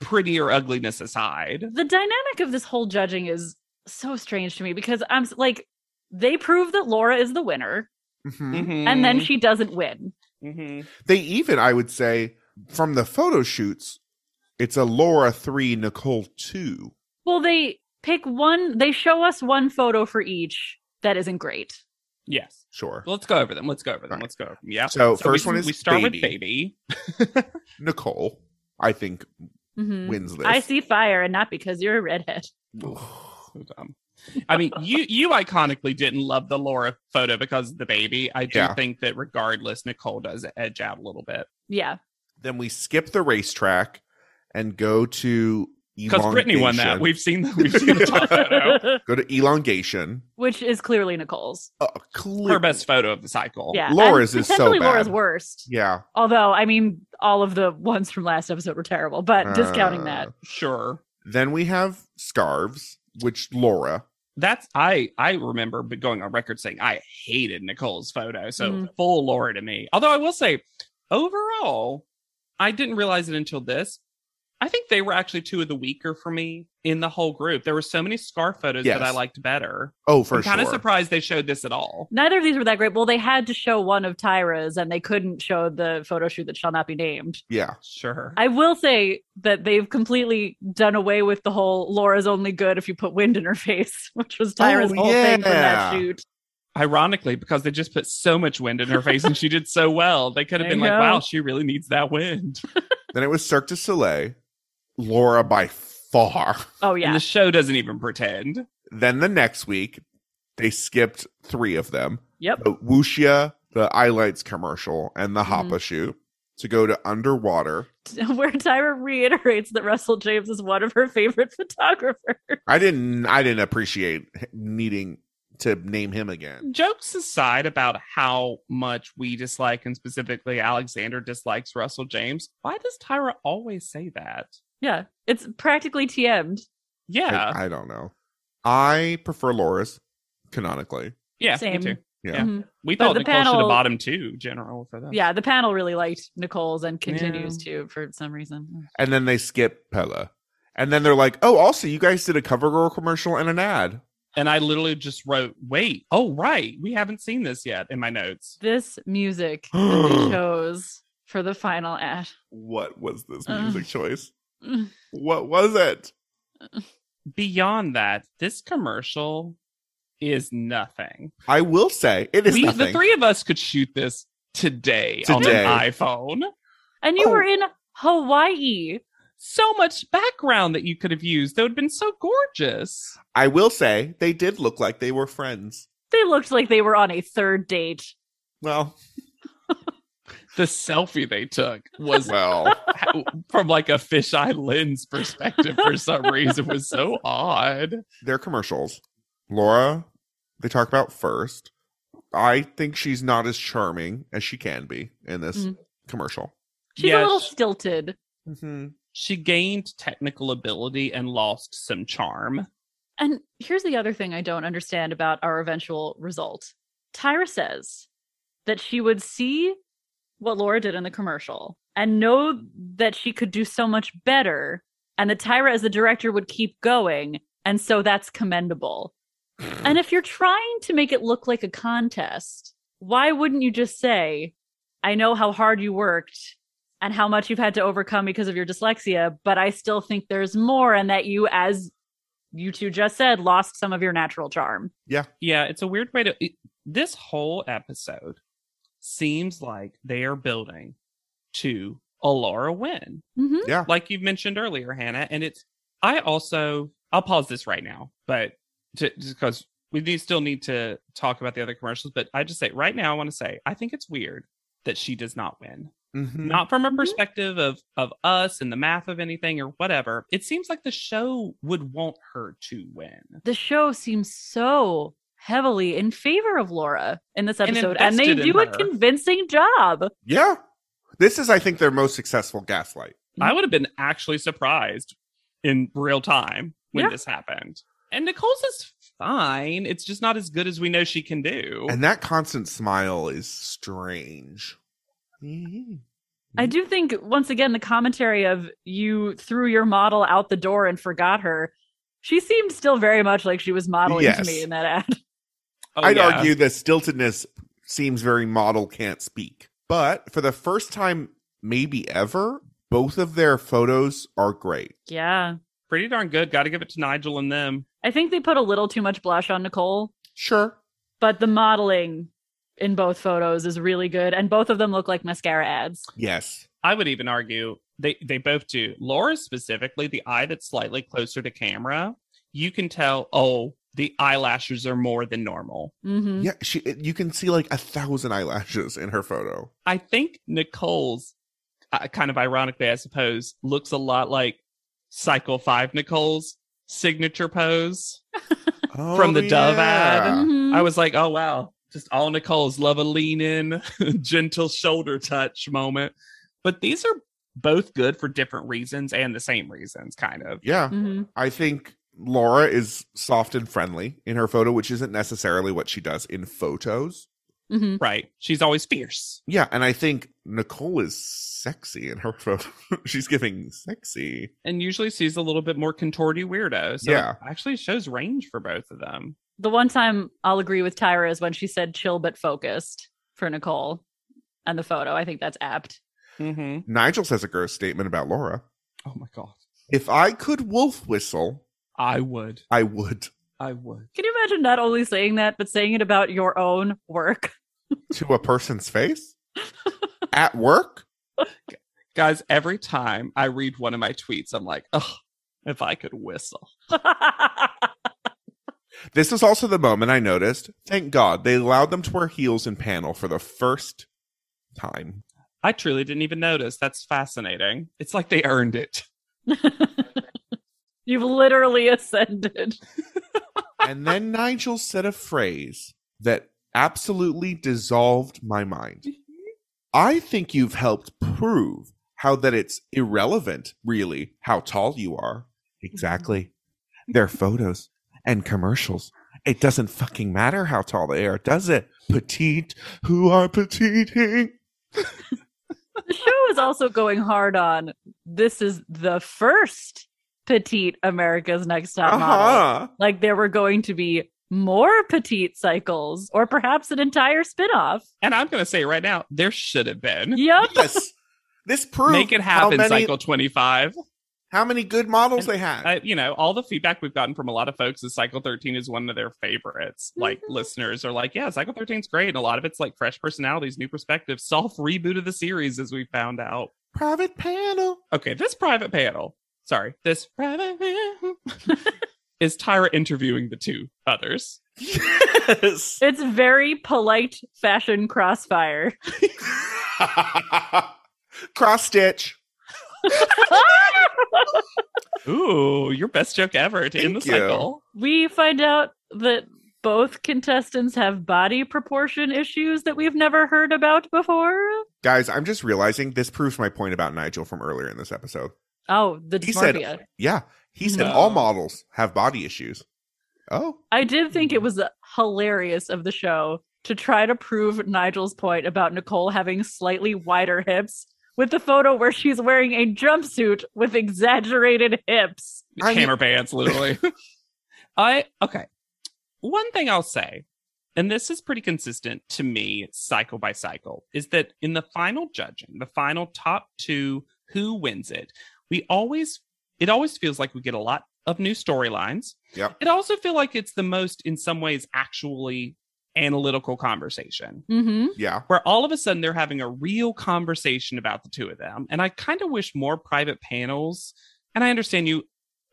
Speaker 3: pretty or ugliness aside.
Speaker 5: The dynamic of this whole judging is so strange to me because I'm s- like, they prove that Laura is the winner,
Speaker 4: Mhm.
Speaker 3: Mm-hmm.
Speaker 5: and
Speaker 3: Mm.
Speaker 5: then she doesn't win.
Speaker 3: Mhm.
Speaker 4: They even, I would say, from the photo shoots, it's a Laura three, Nicole two.
Speaker 5: Well, they pick one, they show us one photo for each that isn't great.
Speaker 3: yes.
Speaker 4: Sure,
Speaker 3: Let's go over them. Let's go over them.
Speaker 4: Right.
Speaker 3: Let's go over them. Yeah.
Speaker 4: So first
Speaker 3: we,
Speaker 4: one is
Speaker 3: we start with
Speaker 4: Baby.
Speaker 3: baby.
Speaker 4: Nicole, I think
Speaker 5: Mhm.
Speaker 4: wins this.
Speaker 5: I see fire, and not because you're a redhead.
Speaker 3: So dumb. I mean, you you iconically didn't love the Laura photo because of the baby. I do
Speaker 4: Yeah.
Speaker 3: think that regardless, Nicole does edge out a little bit
Speaker 5: Yeah.
Speaker 4: Then we skip the racetrack and go to
Speaker 3: because
Speaker 4: elongation.
Speaker 3: Brittany won that. We've seen the, we've seen the top photo,
Speaker 4: go to elongation.
Speaker 5: Which is clearly Nicole's.
Speaker 4: Uh, clear-
Speaker 3: her best photo of the cycle.
Speaker 5: Yeah.
Speaker 4: Laura's
Speaker 5: and
Speaker 4: is so
Speaker 5: potentially Laura's
Speaker 4: bad.
Speaker 5: worst.
Speaker 4: Yeah,
Speaker 5: Although, I mean, all of the ones from last episode were terrible, but discounting
Speaker 4: Uh,
Speaker 5: that.
Speaker 3: sure.
Speaker 4: Then we have scarves, which Laura.
Speaker 3: that's I I remember but going on record saying I hated Nicole's photo. So
Speaker 5: Mhm.
Speaker 3: full Laura to me. Although I will say, overall, I didn't realize it until this. I think they were actually two of the weaker for me in the whole group. There were so many scarf photos
Speaker 4: Yes.
Speaker 3: that I liked better.
Speaker 4: Oh, for
Speaker 3: I'm
Speaker 4: sure.
Speaker 3: kind of surprised they showed this at all.
Speaker 5: Neither of these were that great. Well, they had to show one of Tyra's, and they couldn't show the photo shoot that shall not be named.
Speaker 4: Yeah,
Speaker 3: Sure.
Speaker 5: I will say that they've completely done away with the whole Laura's only good if you put wind in her face, which was Tyra's
Speaker 4: Oh,
Speaker 5: whole thing from that
Speaker 4: yeah.
Speaker 5: shoot.
Speaker 3: Ironically, because they just put so much wind in her face and she did so well, they could have
Speaker 5: I
Speaker 3: been like,
Speaker 5: know.
Speaker 3: wow, she really needs that wind.
Speaker 4: then it was Cirque du Soleil. Laura by far.
Speaker 5: Oh,
Speaker 3: And
Speaker 5: yeah.
Speaker 3: the show doesn't even pretend.
Speaker 4: Then the next week, they skipped three of them.
Speaker 5: Yep.
Speaker 4: The Wuxia, the Eyelights commercial, and the
Speaker 5: Mm-hmm.
Speaker 4: Hoppa shoot to go to underwater.
Speaker 5: where Tyra reiterates that Russell James is one of her favorite photographers.
Speaker 4: I didn't I didn't appreciate h- needing to name him again.
Speaker 3: jokes aside about how much we dislike and specifically Alexander dislikes Russell James, why does Tyra always say that?
Speaker 5: Yeah, it's practically TM'd.
Speaker 3: Yeah.
Speaker 4: I, I don't know. I prefer Laura's canonically.
Speaker 3: yeah.
Speaker 5: Same.
Speaker 3: Me too.
Speaker 4: Yeah.
Speaker 5: Mhm.
Speaker 3: We
Speaker 5: But
Speaker 3: thought
Speaker 5: the
Speaker 3: Nicole should
Speaker 5: panel-
Speaker 3: have bottomed two general for that.
Speaker 5: Yeah, the panel really liked Nicole's and continues to for some reason.
Speaker 4: And then they skip Pella. And then they're like, oh, also, you guys did a CoverGirl commercial and an ad.
Speaker 3: And I literally just wrote, wait, oh, right. We haven't seen this yet in my notes.
Speaker 5: This music that they chose for the final ad.
Speaker 4: What was this
Speaker 5: Ugh.
Speaker 4: music choice?
Speaker 5: Ugh.
Speaker 4: What was it?
Speaker 3: Beyond that, this commercial is nothing.
Speaker 4: I will say it is
Speaker 3: We, the
Speaker 4: nothing.
Speaker 3: three of us could shoot this today, on
Speaker 4: Today.
Speaker 3: an iPhone.
Speaker 5: And you
Speaker 4: Oh.
Speaker 5: were in Hawaii.
Speaker 3: So much background that you could have used that would have been so gorgeous.
Speaker 4: I will say they did look like they were friends.
Speaker 5: They looked like they were on a third date.
Speaker 4: Well,
Speaker 3: The selfie they took was
Speaker 4: well,
Speaker 3: from like a fisheye lens perspective for some reason was so odd.
Speaker 4: their commercials. Laura, they talk about first. I think she's not as charming as she can be in this
Speaker 5: Mm.
Speaker 4: commercial.
Speaker 5: She's
Speaker 3: Yeah,
Speaker 5: a little
Speaker 3: she-
Speaker 5: stilted.
Speaker 4: Mm-hmm.
Speaker 3: she gained technical ability and lost some charm.
Speaker 5: And here's the other thing I don't understand about our eventual result. Tyra says that she would see what Laura did in the commercial and know that she could do so much better, and that Tyra, as the director, would keep going. And so that's commendable. and if you're trying to make it look like a contest, why wouldn't you just say, I know how hard you worked and how much you've had to overcome because of your dyslexia, but I still think there's more, and that you, as you two just said lost some of your natural charm.
Speaker 3: Yeah, it's a weird way to. It, this whole episode seems like they are building to a Laura win,
Speaker 5: Mm-hmm.
Speaker 4: Yeah.
Speaker 3: like you mentioned earlier, Hannah. And it's. I also. I'll pause this right now, but to, just because we need, still need to talk about the other commercials. But I just say right now, I want to say I think it's weird that she does not win.
Speaker 4: Mm-hmm.
Speaker 3: not from a perspective of of us and the math of anything or whatever it seems like the show would want her to win
Speaker 5: The show seems so heavily in favor of Laura in this
Speaker 3: And
Speaker 5: episode, and, they
Speaker 3: invested in
Speaker 5: do a
Speaker 3: her.
Speaker 5: convincing job.
Speaker 4: Yeah. This is, I think, their most successful gaslight.
Speaker 3: i would have been actually surprised in real time when
Speaker 5: Yeah.
Speaker 3: this happened and nicole's is fine it's just not as good as we know she can do
Speaker 4: And that constant smile is strange.
Speaker 3: Oh,
Speaker 4: Mhm.
Speaker 3: Mm-hmm.
Speaker 5: I do think once again the commentary of you threw your model out the door and forgot her. She seemed still very much like she was modeling to
Speaker 4: Yes.
Speaker 5: me in that ad.
Speaker 3: Oh,
Speaker 4: I'd
Speaker 3: yeah.
Speaker 4: argue that stiltedness seems very model can't speak. But for the first time, maybe ever, both of their photos are great.
Speaker 5: Yeah.
Speaker 3: pretty darn good gotta give it to nigel and them
Speaker 5: I think they put a little too much blush on Nicole.
Speaker 4: Sure.
Speaker 5: but the modeling in both photos is really good and both of them look like mascara ads
Speaker 4: Yes.
Speaker 3: i would even argue they they both do laura specifically the eye that's slightly closer to camera you can tell oh the eyelashes are more than normal
Speaker 5: mm-hmm.
Speaker 4: Yeah, she it- you can see like a thousand eyelashes in her photo.
Speaker 3: I think Nicole's, uh, kind of ironically, I suppose, looks a lot like Cycle 5 Nicole's signature pose.
Speaker 4: Oh,
Speaker 3: From the dove ad.
Speaker 5: Mm-hmm.
Speaker 3: I was like, oh, wow. Just all Nicole's love a lean in, gentle shoulder touch moment. But these are both good for different reasons and the same reasons, kind of.
Speaker 4: Yeah.
Speaker 5: Mm-hmm.
Speaker 4: I think Laura is soft and friendly in her photo, which isn't necessarily what she does in photos.
Speaker 5: Mm-hmm.
Speaker 3: Right. She's always fierce.
Speaker 4: Yeah, and I think Nicole is sexy in her photo. She's giving sexy.
Speaker 3: And usually she's a little bit more contorty weirdo. So
Speaker 4: Yeah.
Speaker 3: it actually shows range for both of them.
Speaker 5: the one time i'll agree with tyra is when she said chill but focused for nicole and the photo i think that's apt
Speaker 3: Mm-hmm.
Speaker 4: Nigel says a gross statement about Laura.
Speaker 3: Oh my God.
Speaker 4: If I could wolf whistle,
Speaker 3: I would.
Speaker 4: I would
Speaker 3: I would.
Speaker 5: can you imagine not only saying that but saying it about your own work
Speaker 4: to a person's face at work.
Speaker 3: Guys, every time I read one of my tweets, I'm like, oh, if I could whistle.
Speaker 4: This was also the moment I noticed. Thank God they allowed them to wear heels in panel for the first time.
Speaker 3: I truly didn't even notice. That's fascinating. It's like they earned it.
Speaker 5: you've literally ascended
Speaker 4: and then Nigel said a phrase that absolutely dissolved my mind. I think you've helped prove how that it's irrelevant, really, how tall you are. Exactly. They're photos and commercials. It doesn't fucking matter how tall they are, does it? Petite, who are petiting?
Speaker 5: the show is also going hard on this is the first petite America's Next Top
Speaker 4: Uh
Speaker 5: Model.
Speaker 4: huh.
Speaker 5: Like there were going to be more petite cycles or perhaps an entire spin-off.
Speaker 3: And I'm going to say right now, there should have been.
Speaker 5: Yep.
Speaker 4: Yes. This proves
Speaker 3: Make it happen,
Speaker 4: how many,
Speaker 3: Cycle 25.
Speaker 4: how many good models they had.
Speaker 3: I, you know, all the feedback we've gotten from a lot of folks is Cycle 13 is one of their favorites. Like
Speaker 4: Mm-hmm.
Speaker 3: listeners are like, yeah, Cycle 13 is great. And a lot of it's like fresh personalities, new perspectives, soft reboot of the series, as we found out.
Speaker 4: Private panel.
Speaker 3: Okay, this private panel, sorry, this private panel is Tyra interviewing the two others.
Speaker 4: Yes.
Speaker 5: It's very polite fashion crossfire.
Speaker 4: Cross stitch.
Speaker 3: Ooh, your best joke ever to end the
Speaker 4: Thank you.
Speaker 3: cycle.
Speaker 5: we find out that both contestants have body proportion issues that we've never heard about before.
Speaker 4: Guys, I'm just realizing this proves my point about Nigel from earlier in this episode.
Speaker 5: Oh, the
Speaker 4: He said-
Speaker 5: dysmorphia.
Speaker 4: Yeah. He said
Speaker 3: No.
Speaker 4: all models have body issues. Oh.
Speaker 5: I did think it was hilarious of the show to try to prove Nigel's point about Nicole having slightly wider hips with the photo where she's wearing a jumpsuit with exaggerated hips.
Speaker 4: I-
Speaker 3: Hammer pants, literally. I okay. One thing I'll say, and this is pretty consistent to me, cycle by cycle, is that in the final judging, the final top two, who wins it, we always it always feels like we get a lot of new storylines.
Speaker 4: Yep.
Speaker 3: It also feel like it's the most, in some ways, actually analytical conversation
Speaker 5: Mm-hmm.
Speaker 4: Yeah.
Speaker 3: where all of a sudden they're having a real conversation about the two of them. And I kind of wish more private panels. And I understand you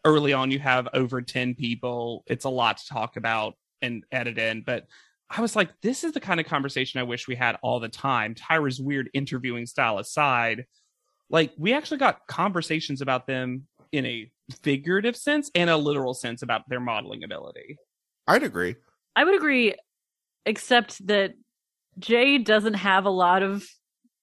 Speaker 3: early on, you have over 10 people. It's a lot to talk about and edit in. But I was like, this is the kind of conversation I wish we had all the time. Tyra's weird interviewing style aside, like we actually got conversations about them in a figurative sense and a literal sense about their modeling ability.
Speaker 4: I'd agree.
Speaker 5: I would agree, except that Jay doesn't have a lot of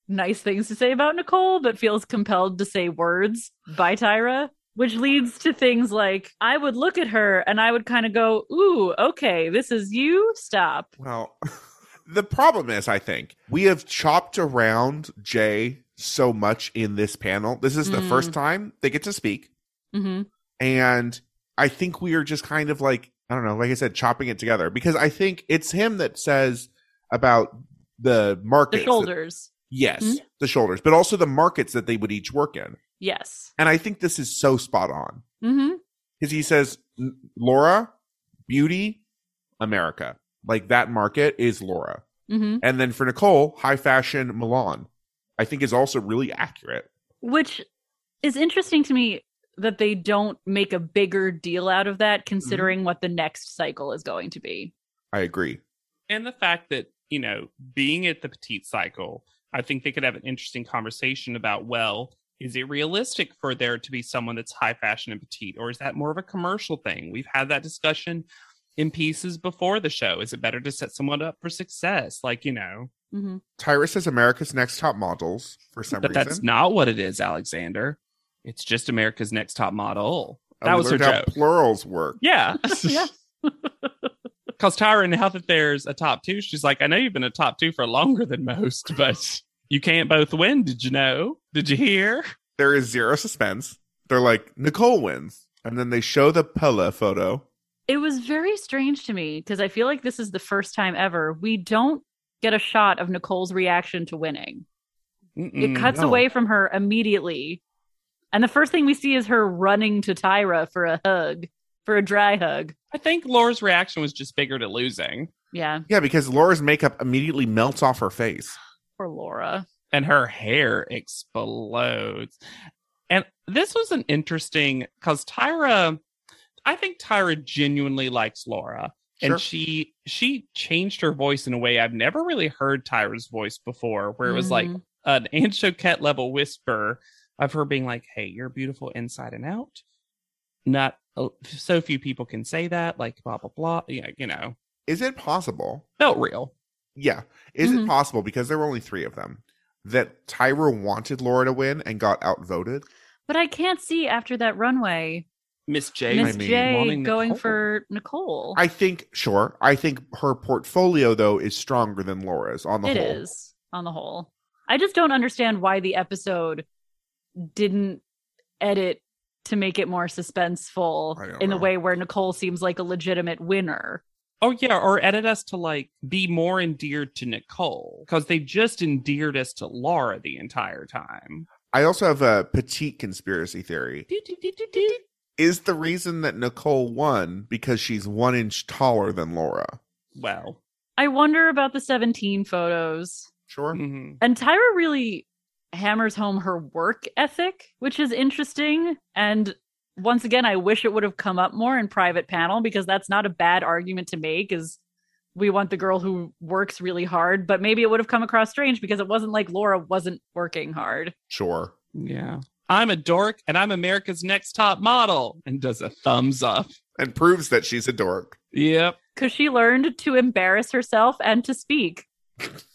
Speaker 5: nice things to say about Nicole, but feels compelled to say words by Tyra, which leads to things like I would look at her and I would kind of go, Ooh, okay, this is you. Stop.
Speaker 4: Well, the problem is, I think we have chopped around Jay so much in this panel. This is the
Speaker 5: Mm.
Speaker 4: first time they get to speak.
Speaker 5: hmm
Speaker 4: And I think we are just kind of like, I don't know, like I said, chopping it together because I think it's him that says about the
Speaker 5: The
Speaker 4: markets.
Speaker 5: shoulders.
Speaker 4: yes,
Speaker 5: Mhm.
Speaker 4: the shoulders, but also the markets that they would each work in.
Speaker 5: Yes.
Speaker 4: And I think this is so spot on
Speaker 5: hmm
Speaker 4: because he says, "N- Laura, beauty, America. Like that market is Laura.
Speaker 5: hmm
Speaker 4: And then for Nicole, high fashion Milan, I think is also really accurate.
Speaker 5: Which is interesting to me that they don't make a bigger deal out of that considering what the next cycle is going to be.
Speaker 4: I agree.
Speaker 3: and the fact that you know being at the petite cycle i think they could have an interesting conversation about well is it realistic for there to be someone that's high fashion and petite or is that more of a commercial thing we've had that discussion in pieces before the show is it better to set someone up for success like you know
Speaker 5: hmm
Speaker 4: Tyrus is America's next top models for some
Speaker 3: but
Speaker 4: reason.
Speaker 3: that's not what it is alexander it's just america's next top model
Speaker 4: And
Speaker 3: that
Speaker 4: we
Speaker 3: was her
Speaker 4: learned how
Speaker 3: joke
Speaker 4: Plurals work.
Speaker 3: yeah
Speaker 5: Yeah.
Speaker 3: because Tyra, now that there's a top two, she's like, I know you've been a top two for longer than most, but you can't both win. Did you know? Did you hear?
Speaker 4: There is zero suspense. They're like Nicole wins, and then they show the Pella photo.
Speaker 5: it was very strange to me because I feel like this is the first time ever we don't get a shot of Nicole's reaction to winning.
Speaker 3: Mm,
Speaker 5: it cuts
Speaker 4: no.
Speaker 5: away from her immediately. And the first thing we see is her running to Tyra for a hug, for a dry hug.
Speaker 3: I think Laura's reaction was just bigger to losing,
Speaker 5: Yeah,
Speaker 4: Yeah, because Laura's makeup immediately melts off her face.
Speaker 5: for Laura.
Speaker 3: and her hair explodes. And this was an interesting because Tyra, I think Tyra genuinely likes Laura.
Speaker 4: Sure.
Speaker 3: And she she changed her voice in a way I've never really heard Tyra's voice before, where it was like
Speaker 5: Mhm.
Speaker 3: an Anne Choquette level whisper of her being like, "Hey, you're beautiful inside and out." Not oh, so few people can say that. Like blah blah blah. Yeah, you know,
Speaker 4: Is it possible?
Speaker 3: felt real.
Speaker 4: Yeah. Is
Speaker 5: Mhm.
Speaker 4: it possible because there were only three of them that Tyra wanted Laura to win and got outvoted?
Speaker 5: But I can't see after that runway
Speaker 3: Miss J,
Speaker 5: Miss
Speaker 4: I mean,
Speaker 5: J
Speaker 3: wanting
Speaker 5: going
Speaker 3: Nicole.
Speaker 5: for Nicole.
Speaker 4: I think, sure. I think her portfolio though is stronger than Laura's on the
Speaker 5: It is
Speaker 4: whole.
Speaker 5: on the whole. I just don't understand why the episode didn't edit to make it more
Speaker 4: I
Speaker 5: suspenseful
Speaker 4: don't
Speaker 5: in the
Speaker 4: know.
Speaker 5: way where Nicole seems like a legitimate winner.
Speaker 3: Oh yeah, or edit us to like be more endeared to Nicole because they just endeared us to Laura the entire time.
Speaker 4: I also have a petite conspiracy theory. Is the reason that Nicole won because she's one inch taller than Laura?
Speaker 3: Well,
Speaker 5: I wonder about the 17 photos.
Speaker 4: Sure.
Speaker 3: mhm.
Speaker 5: And Tyra really hammers home her work ethic, which is interesting. And once again, I wish it would have come up more in private panel because that's not a bad argument to make is we want the girl who works really hard, but maybe it would have come across strange because it wasn't like Laura wasn't working hard.
Speaker 4: Sure.
Speaker 3: yeah. I'm a dork and I'm America's next top model and does a thumbs up.
Speaker 4: And proves that she's a dork.
Speaker 3: Yep.
Speaker 5: Cause she learned to embarrass herself and to speak.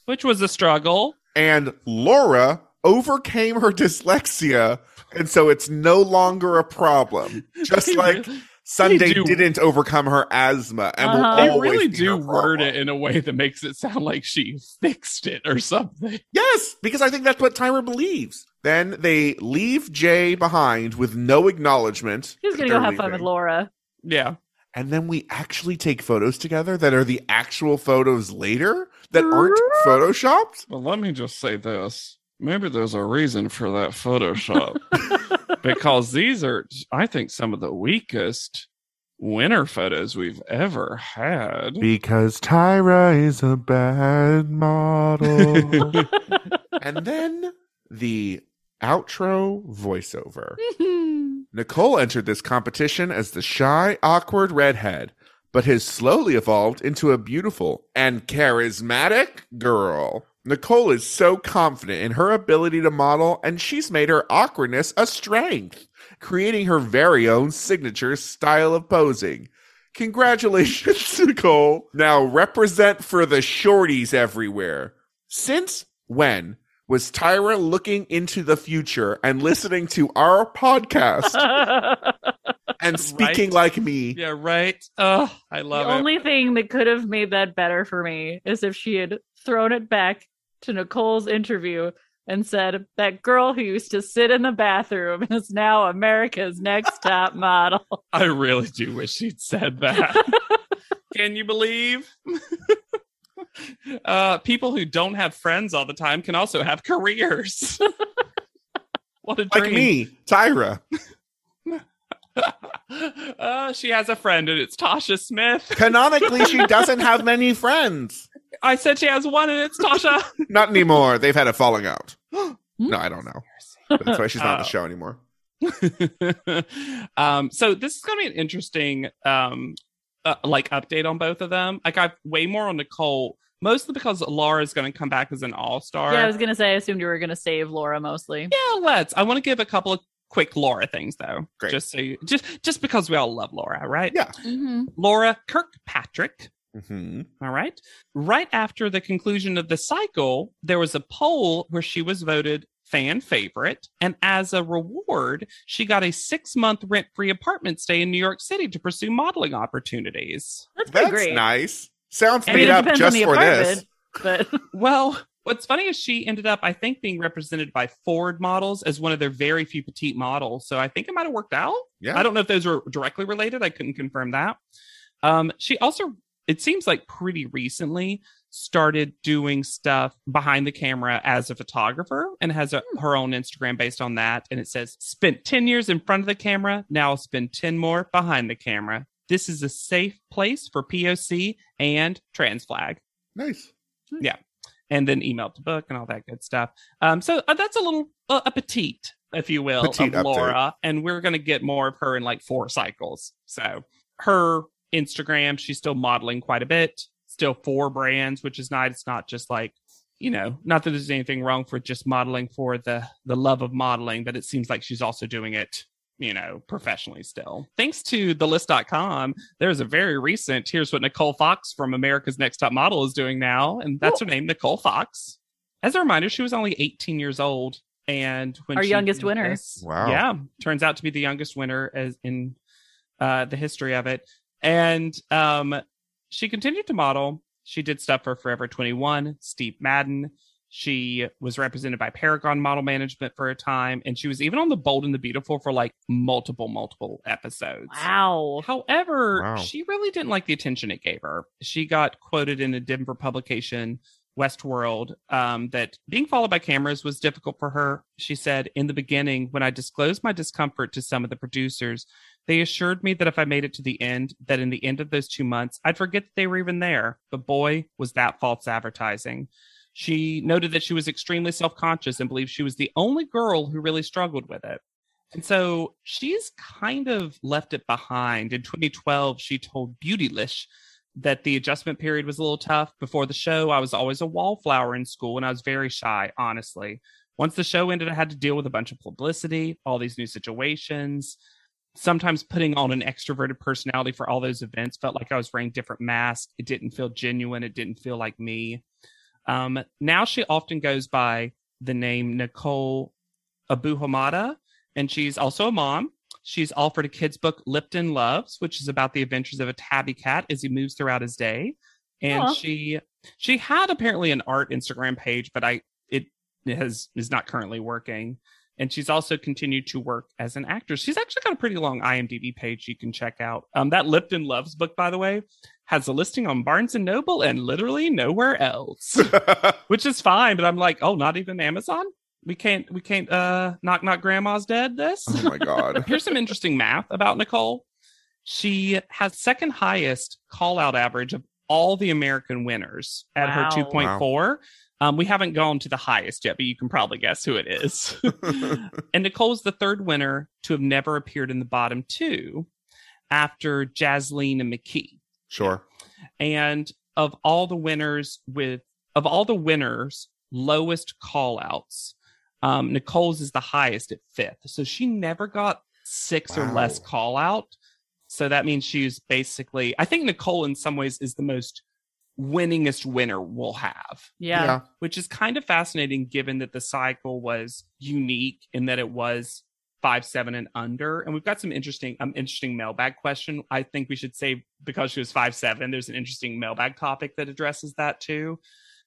Speaker 3: Which was a struggle.
Speaker 4: And Laura overcame her dyslexia. And so it's no longer a problem. Just
Speaker 3: They
Speaker 4: like
Speaker 3: re-
Speaker 4: Sunday
Speaker 3: do-
Speaker 4: didn't overcome her asthma. And
Speaker 5: Uh-huh.
Speaker 4: will
Speaker 3: they
Speaker 4: always
Speaker 3: really
Speaker 4: be
Speaker 3: do
Speaker 4: her
Speaker 3: word
Speaker 4: problem.
Speaker 3: it in a way that makes it sound like she fixed it or something.
Speaker 4: Yes, because I think that's what Tyra believes. Then they leave Jay behind with no acknowledgement.
Speaker 5: She was
Speaker 4: that
Speaker 5: gonna go
Speaker 4: they're
Speaker 5: have fun with
Speaker 4: leaving.
Speaker 5: Laura.
Speaker 3: Yeah.
Speaker 4: And then we actually take photos together that are the actual photos later that aren't
Speaker 5: Mm-hmm.
Speaker 4: photoshopped.
Speaker 3: Well, let me just say this. Maybe there's a reason for that Photoshop because these are, I think, some of the weakest winter photos we've ever had.
Speaker 4: Because Tyra is a bad model. and then the outro voiceover. Nicole entered this competition as the shy, awkward redhead, but has slowly evolved into a beautiful and charismatic girl. Nicole is so confident in her ability to model, and she's made her awkwardness a strength, creating her very own signature style of posing. Congratulations, Nicole. Now represent for the shorties everywhere. Since when was Tyra looking into the future and listening to our podcast? and speaking
Speaker 3: Right.
Speaker 4: like me.
Speaker 3: Yeah, right. Oh, I love
Speaker 5: the
Speaker 3: it.
Speaker 5: only thing that could have made that better for me is if she had thrown it back to Nicole's interview and said, That girl who used to sit in the bathroom is now America's next top model.
Speaker 3: I really do wish she'd said that. can you believe? uh, people who don't have friends all the time can also have careers. what a
Speaker 4: Like
Speaker 3: dream.
Speaker 4: me, Tyra.
Speaker 3: uh, she has a friend, and it's Tasha Smith.
Speaker 4: Canonically, she doesn't have many friends.
Speaker 3: I said she has one, and it's Tasha.
Speaker 4: Not anymore. They've had a falling out. No, I don't know. That's why she's not on the
Speaker 3: Oh.
Speaker 4: show anymore.
Speaker 3: um, so this is going to be an interesting um, uh, like update on both of them. Like I've way more on Nicole, mostly because Laura is going to come back as an all star.
Speaker 5: Yeah, I was going to say, I assumed you were going to save Laura mostly.
Speaker 3: Yeah, let's. I want to give a couple of quick Laura things though.
Speaker 4: Great.
Speaker 3: Just so you, just just because we all love Laura, right?
Speaker 4: Yeah.
Speaker 5: Mhm.
Speaker 3: Laura Kirkpatrick.
Speaker 4: hmm
Speaker 3: All right. Right after the conclusion of the cycle, there was a poll where she was voted fan favorite. And as a reward, she got a six month rent free apartment stay in New York City to pursue modeling opportunities.
Speaker 5: That's pretty
Speaker 4: That's
Speaker 5: great.
Speaker 4: nice. Sounds
Speaker 5: I mean,
Speaker 4: made
Speaker 5: it
Speaker 4: up
Speaker 5: depends
Speaker 4: just
Speaker 5: on the
Speaker 4: for this.
Speaker 5: apartment, But
Speaker 3: Well, what's funny is she ended up, I think, being represented by Ford models as one of their very few petite models. So I think it might have worked out.
Speaker 4: Yeah.
Speaker 3: I don't know if those were directly related. I couldn't confirm that. Um, she also, it seems like pretty recently, started doing stuff behind the camera as a photographer and has a, her own Instagram based on that. And it says, spent 10 years in front of the camera. Now I'll spend 10 more behind the camera. This is a safe place for POC and trans flag
Speaker 4: Nice.
Speaker 3: and then email to book and all that good stuff. Um, so uh, that's a little uh, a petite, if you will,
Speaker 4: Petite
Speaker 3: of
Speaker 4: update.
Speaker 3: Laura, and we're going to get more of her in like four cycles. So her Instagram, she's still modeling quite a bit, still four brands, which is nice. It's not just like you know, not that there's anything wrong for just modeling for the the love of modeling, but it seems like she's also doing it you know, professionally still. Thanks to thelist.com, there's a very recent here's what Nicole Fox from America's Next Top Model is doing now. And that's her name, Nicole Fox. As a reminder, she was only 18 years old. And when
Speaker 5: Our
Speaker 3: she
Speaker 5: youngest
Speaker 3: did
Speaker 5: winner.
Speaker 3: this-
Speaker 4: Wow.
Speaker 3: Yeah. Turns out to be the youngest winner as in uh, the history of it. And um, she continued to model. She did stuff for Forever 21, Steve Madden. She was represented by Paragon Model Management for a time, and she was even on The Bold and the Beautiful for like multiple, multiple episodes.
Speaker 5: Wow.
Speaker 3: However,
Speaker 4: Wow.
Speaker 3: she really didn't like the attention it gave her. She got quoted in a Denver publication, Westworld, um, that being followed by cameras was difficult for her. She said, In the beginning, when I disclosed my discomfort to some of the producers, they assured me that if I made it to the end, that in the end of those two months, I'd forget that they were even there. But boy, was that false advertising. She noted that she was extremely self conscious and believed she was the only girl who really struggled with it. And so she's kind of left it behind. In 2012, she told Beautylish that the adjustment period was a little tough. Before the show, I was always a wallflower in school and I was very shy, honestly. Once the show ended, I had to deal with a bunch of publicity, all these new situations. Sometimes putting on an extroverted personality for all those events felt like I was wearing different masks. It didn't feel genuine. It didn't feel like me. Um, now she often goes by the name Nicole Abuhamada and she's also a mom. She's offered a kid's book, Lipton Loves, which is about the adventures of a tabby cat as he moves throughout his day. And
Speaker 5: Aw.
Speaker 3: she she had apparently an art Instagram page, but I it has is not currently working. And she's also continued to work as an actress. She's actually got a pretty long IMDb page you can check out. Um, that Lipton Loves book, by the way, has a listing on Barnes and Noble and literally nowhere else which is fine but i'm like oh not even amazon we can't we can't uh knock knock grandma's dead this
Speaker 4: oh my god.
Speaker 3: here's some interesting math about nicole she has second highest call out average of all the american winners at
Speaker 5: Wow.
Speaker 3: her 2.4 um, we haven't gone to the highest yet but you can probably guess who it is and Nicole's the third winner to have never appeared in the bottom two after Jasleen and McKee
Speaker 4: sure.
Speaker 3: and of all the winners with of all the winners lowest call outs um nicole's is the highest at fifth so she never got six or
Speaker 4: Wow.
Speaker 3: less call out so that means she's basically i think nicole in some ways is the most winningest winner we'll have
Speaker 5: Yeah.
Speaker 3: which is kind of fascinating given that the cycle was unique in that it was five, seven, and under. And we've got some interesting, um, interesting mailbag question. I think we should say because she was five, seven, there's an interesting mailbag topic that addresses that too.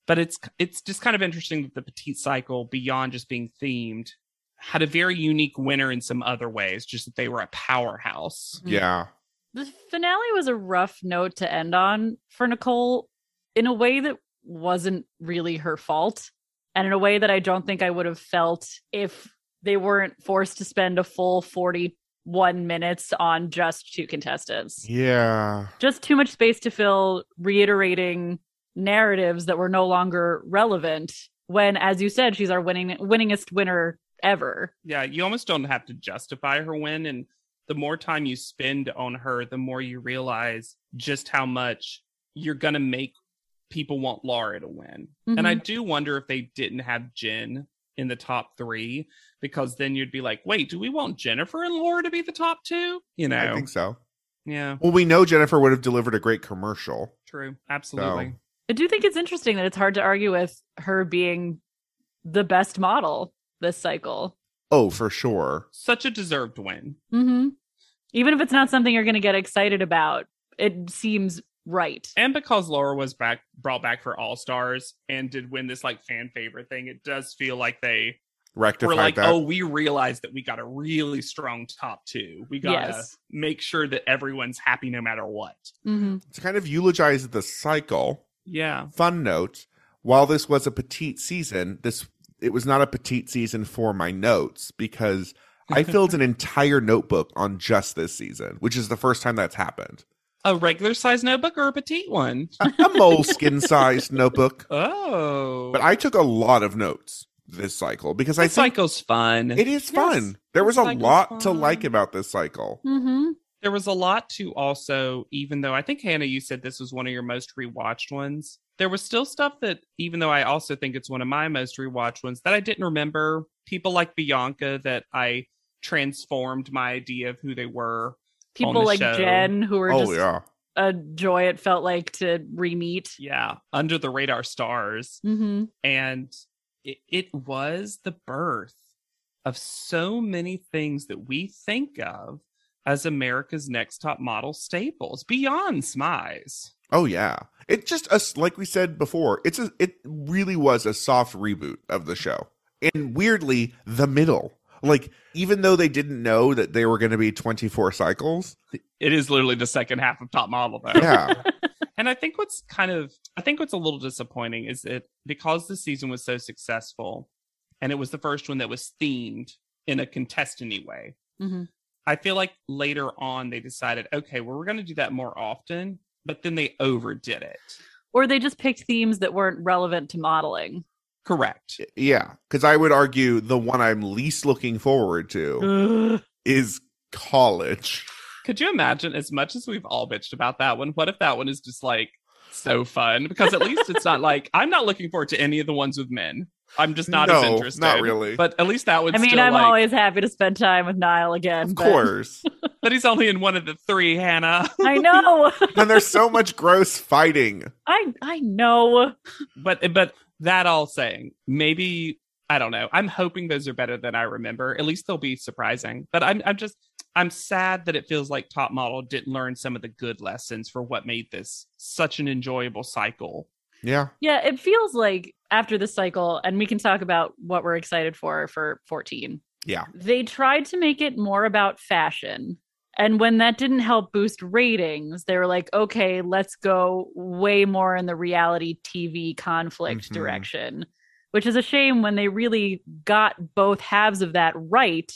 Speaker 3: But it's it's just kind of interesting that the petite cycle, beyond just being themed, had a very unique winner in some other ways. Just that they were a powerhouse.
Speaker 5: Mm.
Speaker 4: Yeah.
Speaker 5: The finale was a rough note to end on for Nicole in a way that wasn't really her fault and in a way that I don't think I would have felt if they weren't forced to spend a full 41 minutes on just two
Speaker 4: Mm-hmm.
Speaker 5: contestants.
Speaker 4: Yeah.
Speaker 5: Just too much space to fill reiterating narratives that were no longer relevant when as you said she's our winning winningest winner ever.
Speaker 3: Yeah, you almost don't have to justify her win. And the more time you spend on her, the more you realize just how much you're going to make people want Laura to win. And I do wonder if they didn't have Jen in the top three, because then you'd be like, wait, do we want Jennifer and Laura to be the top two? You know?
Speaker 4: I think so.
Speaker 3: Yeah,
Speaker 4: Well, we know Jennifer would have delivered a great commercial.
Speaker 3: true. Absolutely.
Speaker 4: So-
Speaker 5: I do think it's interesting that it's hard to argue with her being the best model this cycle.
Speaker 4: Oh, for sure.
Speaker 3: Such a deserved win.
Speaker 5: Mm-hmm. Even if it's not something you're going to get excited about, it seems right.
Speaker 3: And because Laura was back brought back for All Stars and did win this like fan favorite thing, it does feel like they
Speaker 4: Rectified
Speaker 3: we're like,
Speaker 4: that.
Speaker 3: oh, we realized that we got a really strong top two. We gotta
Speaker 5: Yes.
Speaker 3: make sure that everyone's happy no matter what.
Speaker 5: Mm-hmm.
Speaker 4: to kind of eulogize the cycle.
Speaker 3: Yeah.
Speaker 4: Fun note: while this was a petite season, this it was not a petite season for my notes because I filled an entire notebook on just this season, which is the first time that's happened.
Speaker 3: A regular size notebook or a petite one?
Speaker 4: A, a moleskin sized notebook,
Speaker 3: Oh.
Speaker 4: but I took a lot of notes this cycle because I
Speaker 3: the
Speaker 4: think
Speaker 3: cycle's fun.
Speaker 4: it is fun. There was a
Speaker 3: cycle's
Speaker 4: lot to
Speaker 3: fun.
Speaker 4: like about this cycle.
Speaker 5: Mm-hmm.
Speaker 3: there was a lot to also, even though I think Hannah, you said this was one of your most rewatched ones. There was still stuff that, even though I also think it's one of my most rewatched ones, that I didn't remember. People like Bianca that I transformed my idea of who they were. On
Speaker 5: People
Speaker 3: the
Speaker 5: like
Speaker 3: show.
Speaker 5: Jen who were
Speaker 4: Oh
Speaker 5: just
Speaker 4: yeah,
Speaker 5: a joy it felt like to re-meet.
Speaker 3: Yeah. Under the radar stars.
Speaker 5: Mm-hmm.
Speaker 3: and it, it was the birth of so many things that we think of as America's Next Top Model staples beyond Smize.
Speaker 4: Oh yeah. It just us like we said before, it's a it really was a soft reboot of the show. And weirdly, the middle. Like even though they didn't know that they were going to be 24 cycles.
Speaker 3: It is literally the second half of Top Model, though.
Speaker 4: Yeah.
Speaker 3: And I think what's kind of, I think what's a little disappointing is that because the season was so successful and it was the first one that was themed in a contestant way,
Speaker 5: Mhm.
Speaker 3: I feel like later on they decided, okay, well, we're going to do that more often, but then they overdid it.
Speaker 5: Or they just picked themes that weren't relevant to modeling.
Speaker 3: Correct.
Speaker 4: yeah, cuz I would argue the one I'm least looking forward to is college.
Speaker 3: Could you imagine, as much as we've all bitched about that one, what if that one is just like so fun? Because at least it's not like, I'm not looking forward to any of the ones with men. I'm just not as
Speaker 4: No,
Speaker 3: interested.
Speaker 4: not really.
Speaker 3: But at least that one's
Speaker 5: I mean,
Speaker 3: still
Speaker 5: I'm
Speaker 3: like,
Speaker 5: always happy to spend time with Niall again.
Speaker 4: Of
Speaker 5: but-
Speaker 4: course.
Speaker 3: but he's only in one of the three, Hannah.
Speaker 5: I know.
Speaker 4: and there's so much gross fighting.
Speaker 5: I I know.
Speaker 3: but but that all saying maybe i don't know i'm hoping those are better than i remember at least they'll be surprising but i'm i'm just i'm sad that it feels like top model didn't learn some of the good lessons for what made this such an enjoyable cycle
Speaker 4: Yeah.
Speaker 5: Yeah, it feels like after this cycle, and we can talk about what we're excited for for 14.
Speaker 4: Yeah.
Speaker 5: They tried to make it more about fashion. And when that didn't help boost ratings, they were like, okay, let's go way more in the reality TV conflict
Speaker 4: Mhm.
Speaker 5: direction, which is a shame when they really got both halves of that right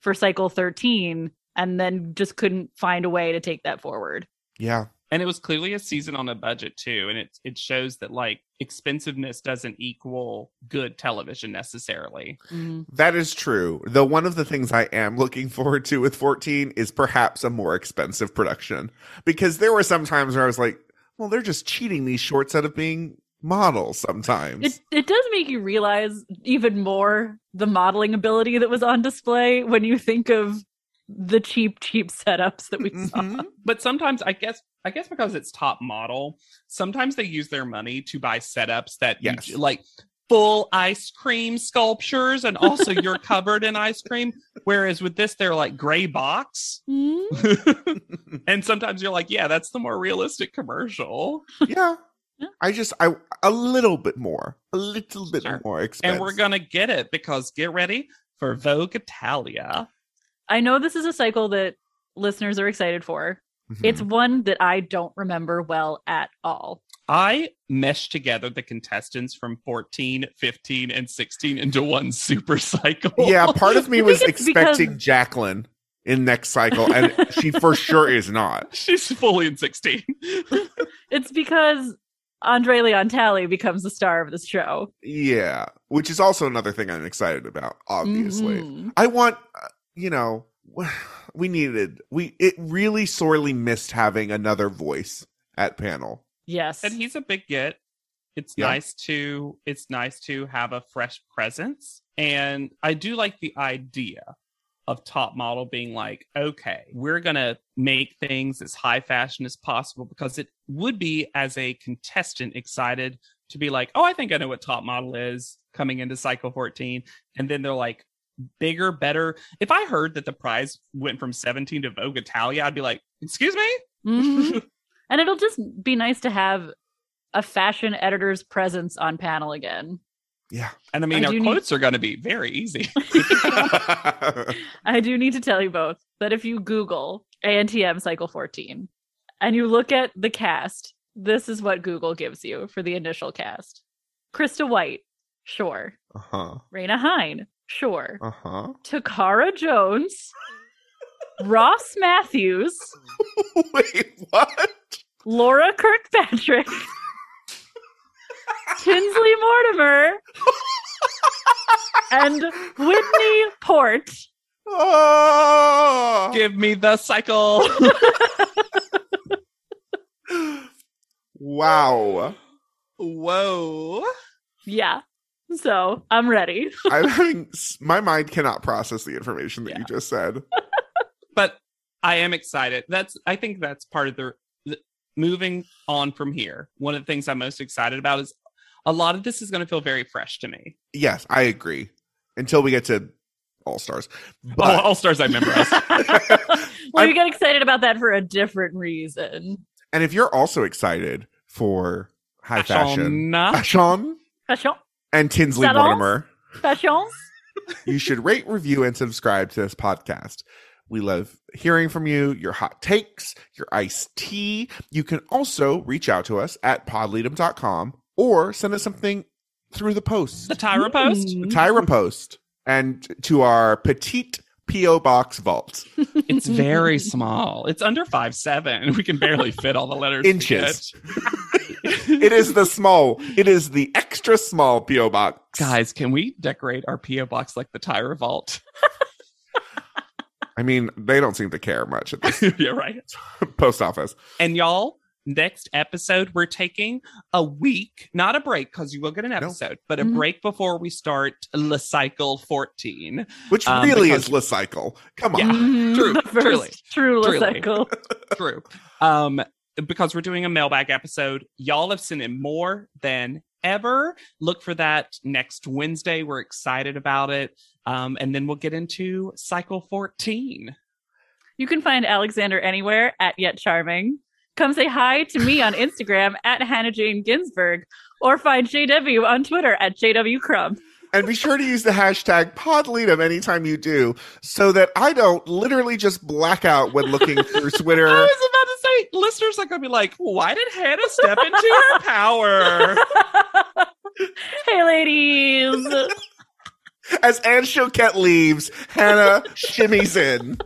Speaker 5: for cycle 13 and then just couldn't find a way to take that forward.
Speaker 4: Yeah.
Speaker 3: and it was clearly a season on a budget too and it it shows that like expensiveness doesn't equal good television necessarily
Speaker 5: Mm-hmm.
Speaker 4: That is true. Though one of the things I am looking forward to with 14 is perhaps a more expensive production. Because there were some times where I was like, well, they're just cheating these shorts out of being models sometimes.
Speaker 5: It it does make you realize even more the modeling ability that was on display when you think of the cheap cheap setups that we saw.
Speaker 4: Mhm.
Speaker 3: but sometimes i guess i guess because it's top model sometimes they use their money to buy setups that you
Speaker 4: Yes.
Speaker 3: j- like full ice cream sculptures and also you're covered in ice cream whereas with this they're like gray box
Speaker 5: Hmm?
Speaker 4: Mm-hmm.
Speaker 3: and sometimes you're like yeah that's the more realistic commercial
Speaker 4: yeah.
Speaker 5: Yeah.
Speaker 4: I just I a little bit more. A little bit
Speaker 3: Sure.
Speaker 4: more expensive.
Speaker 3: and we're gonna get it because get ready for vogue italia
Speaker 5: I know this is a cycle that listeners are excited for.
Speaker 4: Mm-hmm.
Speaker 5: It's one that I don't remember well at all.
Speaker 3: I meshed together the contestants from 14, 15, and 16 into one super cycle.
Speaker 4: Mm-hmm. Yeah, part of me
Speaker 5: I think
Speaker 4: was
Speaker 5: it's because-
Speaker 4: expecting Jacqueline in next cycle, and she for sure is not.
Speaker 3: She's fully in 16.
Speaker 5: It's because Andre Leon Talley becomes the star of this show.
Speaker 4: Yeah. Which is also another thing I'm excited about, obviously.
Speaker 5: Mhm.
Speaker 4: I want, uh, you know, we needed, we, it really sorely missed having another voice at panel.
Speaker 5: Yes.
Speaker 3: and he's a big get. It's
Speaker 4: Yeah.
Speaker 3: nice to it's nice to have a fresh presence, and I do like the idea of top model being like, okay, we're gonna make things as high fashion as possible because it would be as a contestant excited to be like, oh, I think I know what top model is coming into cycle fourteen, and then they're like. Bigger, better. If I heard that the prize went from 17 to Vogue Italia, I'd be like, "Excuse me,
Speaker 5: Mhm. and it'll just be nice to have a fashion editor's presence on panel again.
Speaker 4: Yeah.
Speaker 3: And I mean,
Speaker 5: I
Speaker 3: our
Speaker 5: do need-
Speaker 3: quotes are going to be very easy.
Speaker 4: Uh-huh.
Speaker 5: I do need to tell you both that if you Google ANTM Cycle 14 and you look at the cast, this is what Google gives you for the initial cast Krista White, sure.
Speaker 4: uh huh.
Speaker 5: Raina Hine, sure.
Speaker 4: Uh huh.
Speaker 5: Takara Jones, Ross Matthews,
Speaker 4: Wait, what?
Speaker 5: Laura Kirkpatrick, Tinsley Mortimer, and Whitney Port.
Speaker 4: Oh.
Speaker 3: Give me the cycle.
Speaker 4: wow.
Speaker 3: Whoa.
Speaker 5: Yeah. So I'm ready.
Speaker 4: I'm having, s- my mind cannot process the information that you just said.
Speaker 3: But I am excited. That's, I think that's part of the, the moving on from here. One of the things I'm most excited about is a lot of this is going to feel very fresh to me.
Speaker 4: Yes, I agree. Until we get to All Stars.
Speaker 3: All,
Speaker 4: But
Speaker 3: all stars I memorized.
Speaker 5: well,
Speaker 4: I'm-
Speaker 5: you get excited about that for a different reason.
Speaker 4: And if you're also excited for high fashion,
Speaker 3: Ashana.
Speaker 4: fashion
Speaker 5: Fashion.
Speaker 4: and Tinsley
Speaker 5: Saddles?
Speaker 4: Mortimer,
Speaker 5: Fashion.
Speaker 4: you should rate, review, and subscribe to this podcast. We love hearing from you, your hot takes, your iced tea. You can also reach out to us at podleadum.com or send us something through the post,
Speaker 3: The Tyra post.
Speaker 5: Hmm.
Speaker 4: the Tyra post, and to our petite P.O. Box vault.
Speaker 3: It's very small. It's under five seven. We can barely fit all the letters.
Speaker 4: Inches.
Speaker 3: we get.
Speaker 4: It is the small, it is the extra small P.O. Box.
Speaker 3: Guys, can we decorate our PO box like the Tyra vault?
Speaker 4: I mean, they don't seem to care much at this
Speaker 3: yeah, right.
Speaker 4: post office.
Speaker 3: And y'all, next episode, we're taking a week, not a break, because you will get an episode, but a
Speaker 5: Mhm.
Speaker 3: break before we start Le Cycle 14.
Speaker 4: Which
Speaker 3: Um,
Speaker 4: really
Speaker 3: because-
Speaker 4: is Le Cycle. Come on.
Speaker 3: Yeah. True,
Speaker 5: Hmm. The first
Speaker 3: truly,
Speaker 5: true
Speaker 3: truly.
Speaker 5: cycle.
Speaker 3: True. um, because we're doing a mailbag episode. Y'all have sent in more than ever. Look for that next Wednesday. We're excited about it. Um, and then we'll get into Cycle 14.
Speaker 5: You can find Alexander anywhere at Yet Charming. Come say hi to me on Instagram at Hannah Jane Ginsburg or find JW on Twitter at JW Crumb.
Speaker 4: And be sure to use the hashtag podleadum anytime you do so that I don't literally just black out when looking through
Speaker 3: I
Speaker 4: Twitter.
Speaker 3: was about to say, listeners are going to be like, why did Hannah step into her power?
Speaker 5: hey, ladies.
Speaker 4: As Anne Choquette leaves, Hannah shimmies in.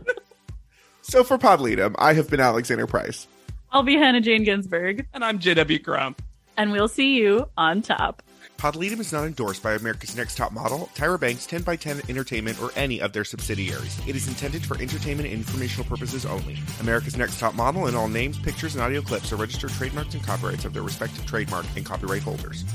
Speaker 4: So for Podleadum, I have been Alexander Price.
Speaker 5: I'll be Hannah Jane Ginsburg,
Speaker 3: And I'm JW Grump.
Speaker 5: and we'll see you on top.
Speaker 4: Podleadum is not endorsed by America's Next Top Model, Tyra Banks, 10 by 10 Entertainment, or any of their subsidiaries. It is intended for entertainment and informational purposes only. America's Next Top Model and all names, pictures, and audio clips are registered trademarks and copyrights of their respective trademark and copyright holders.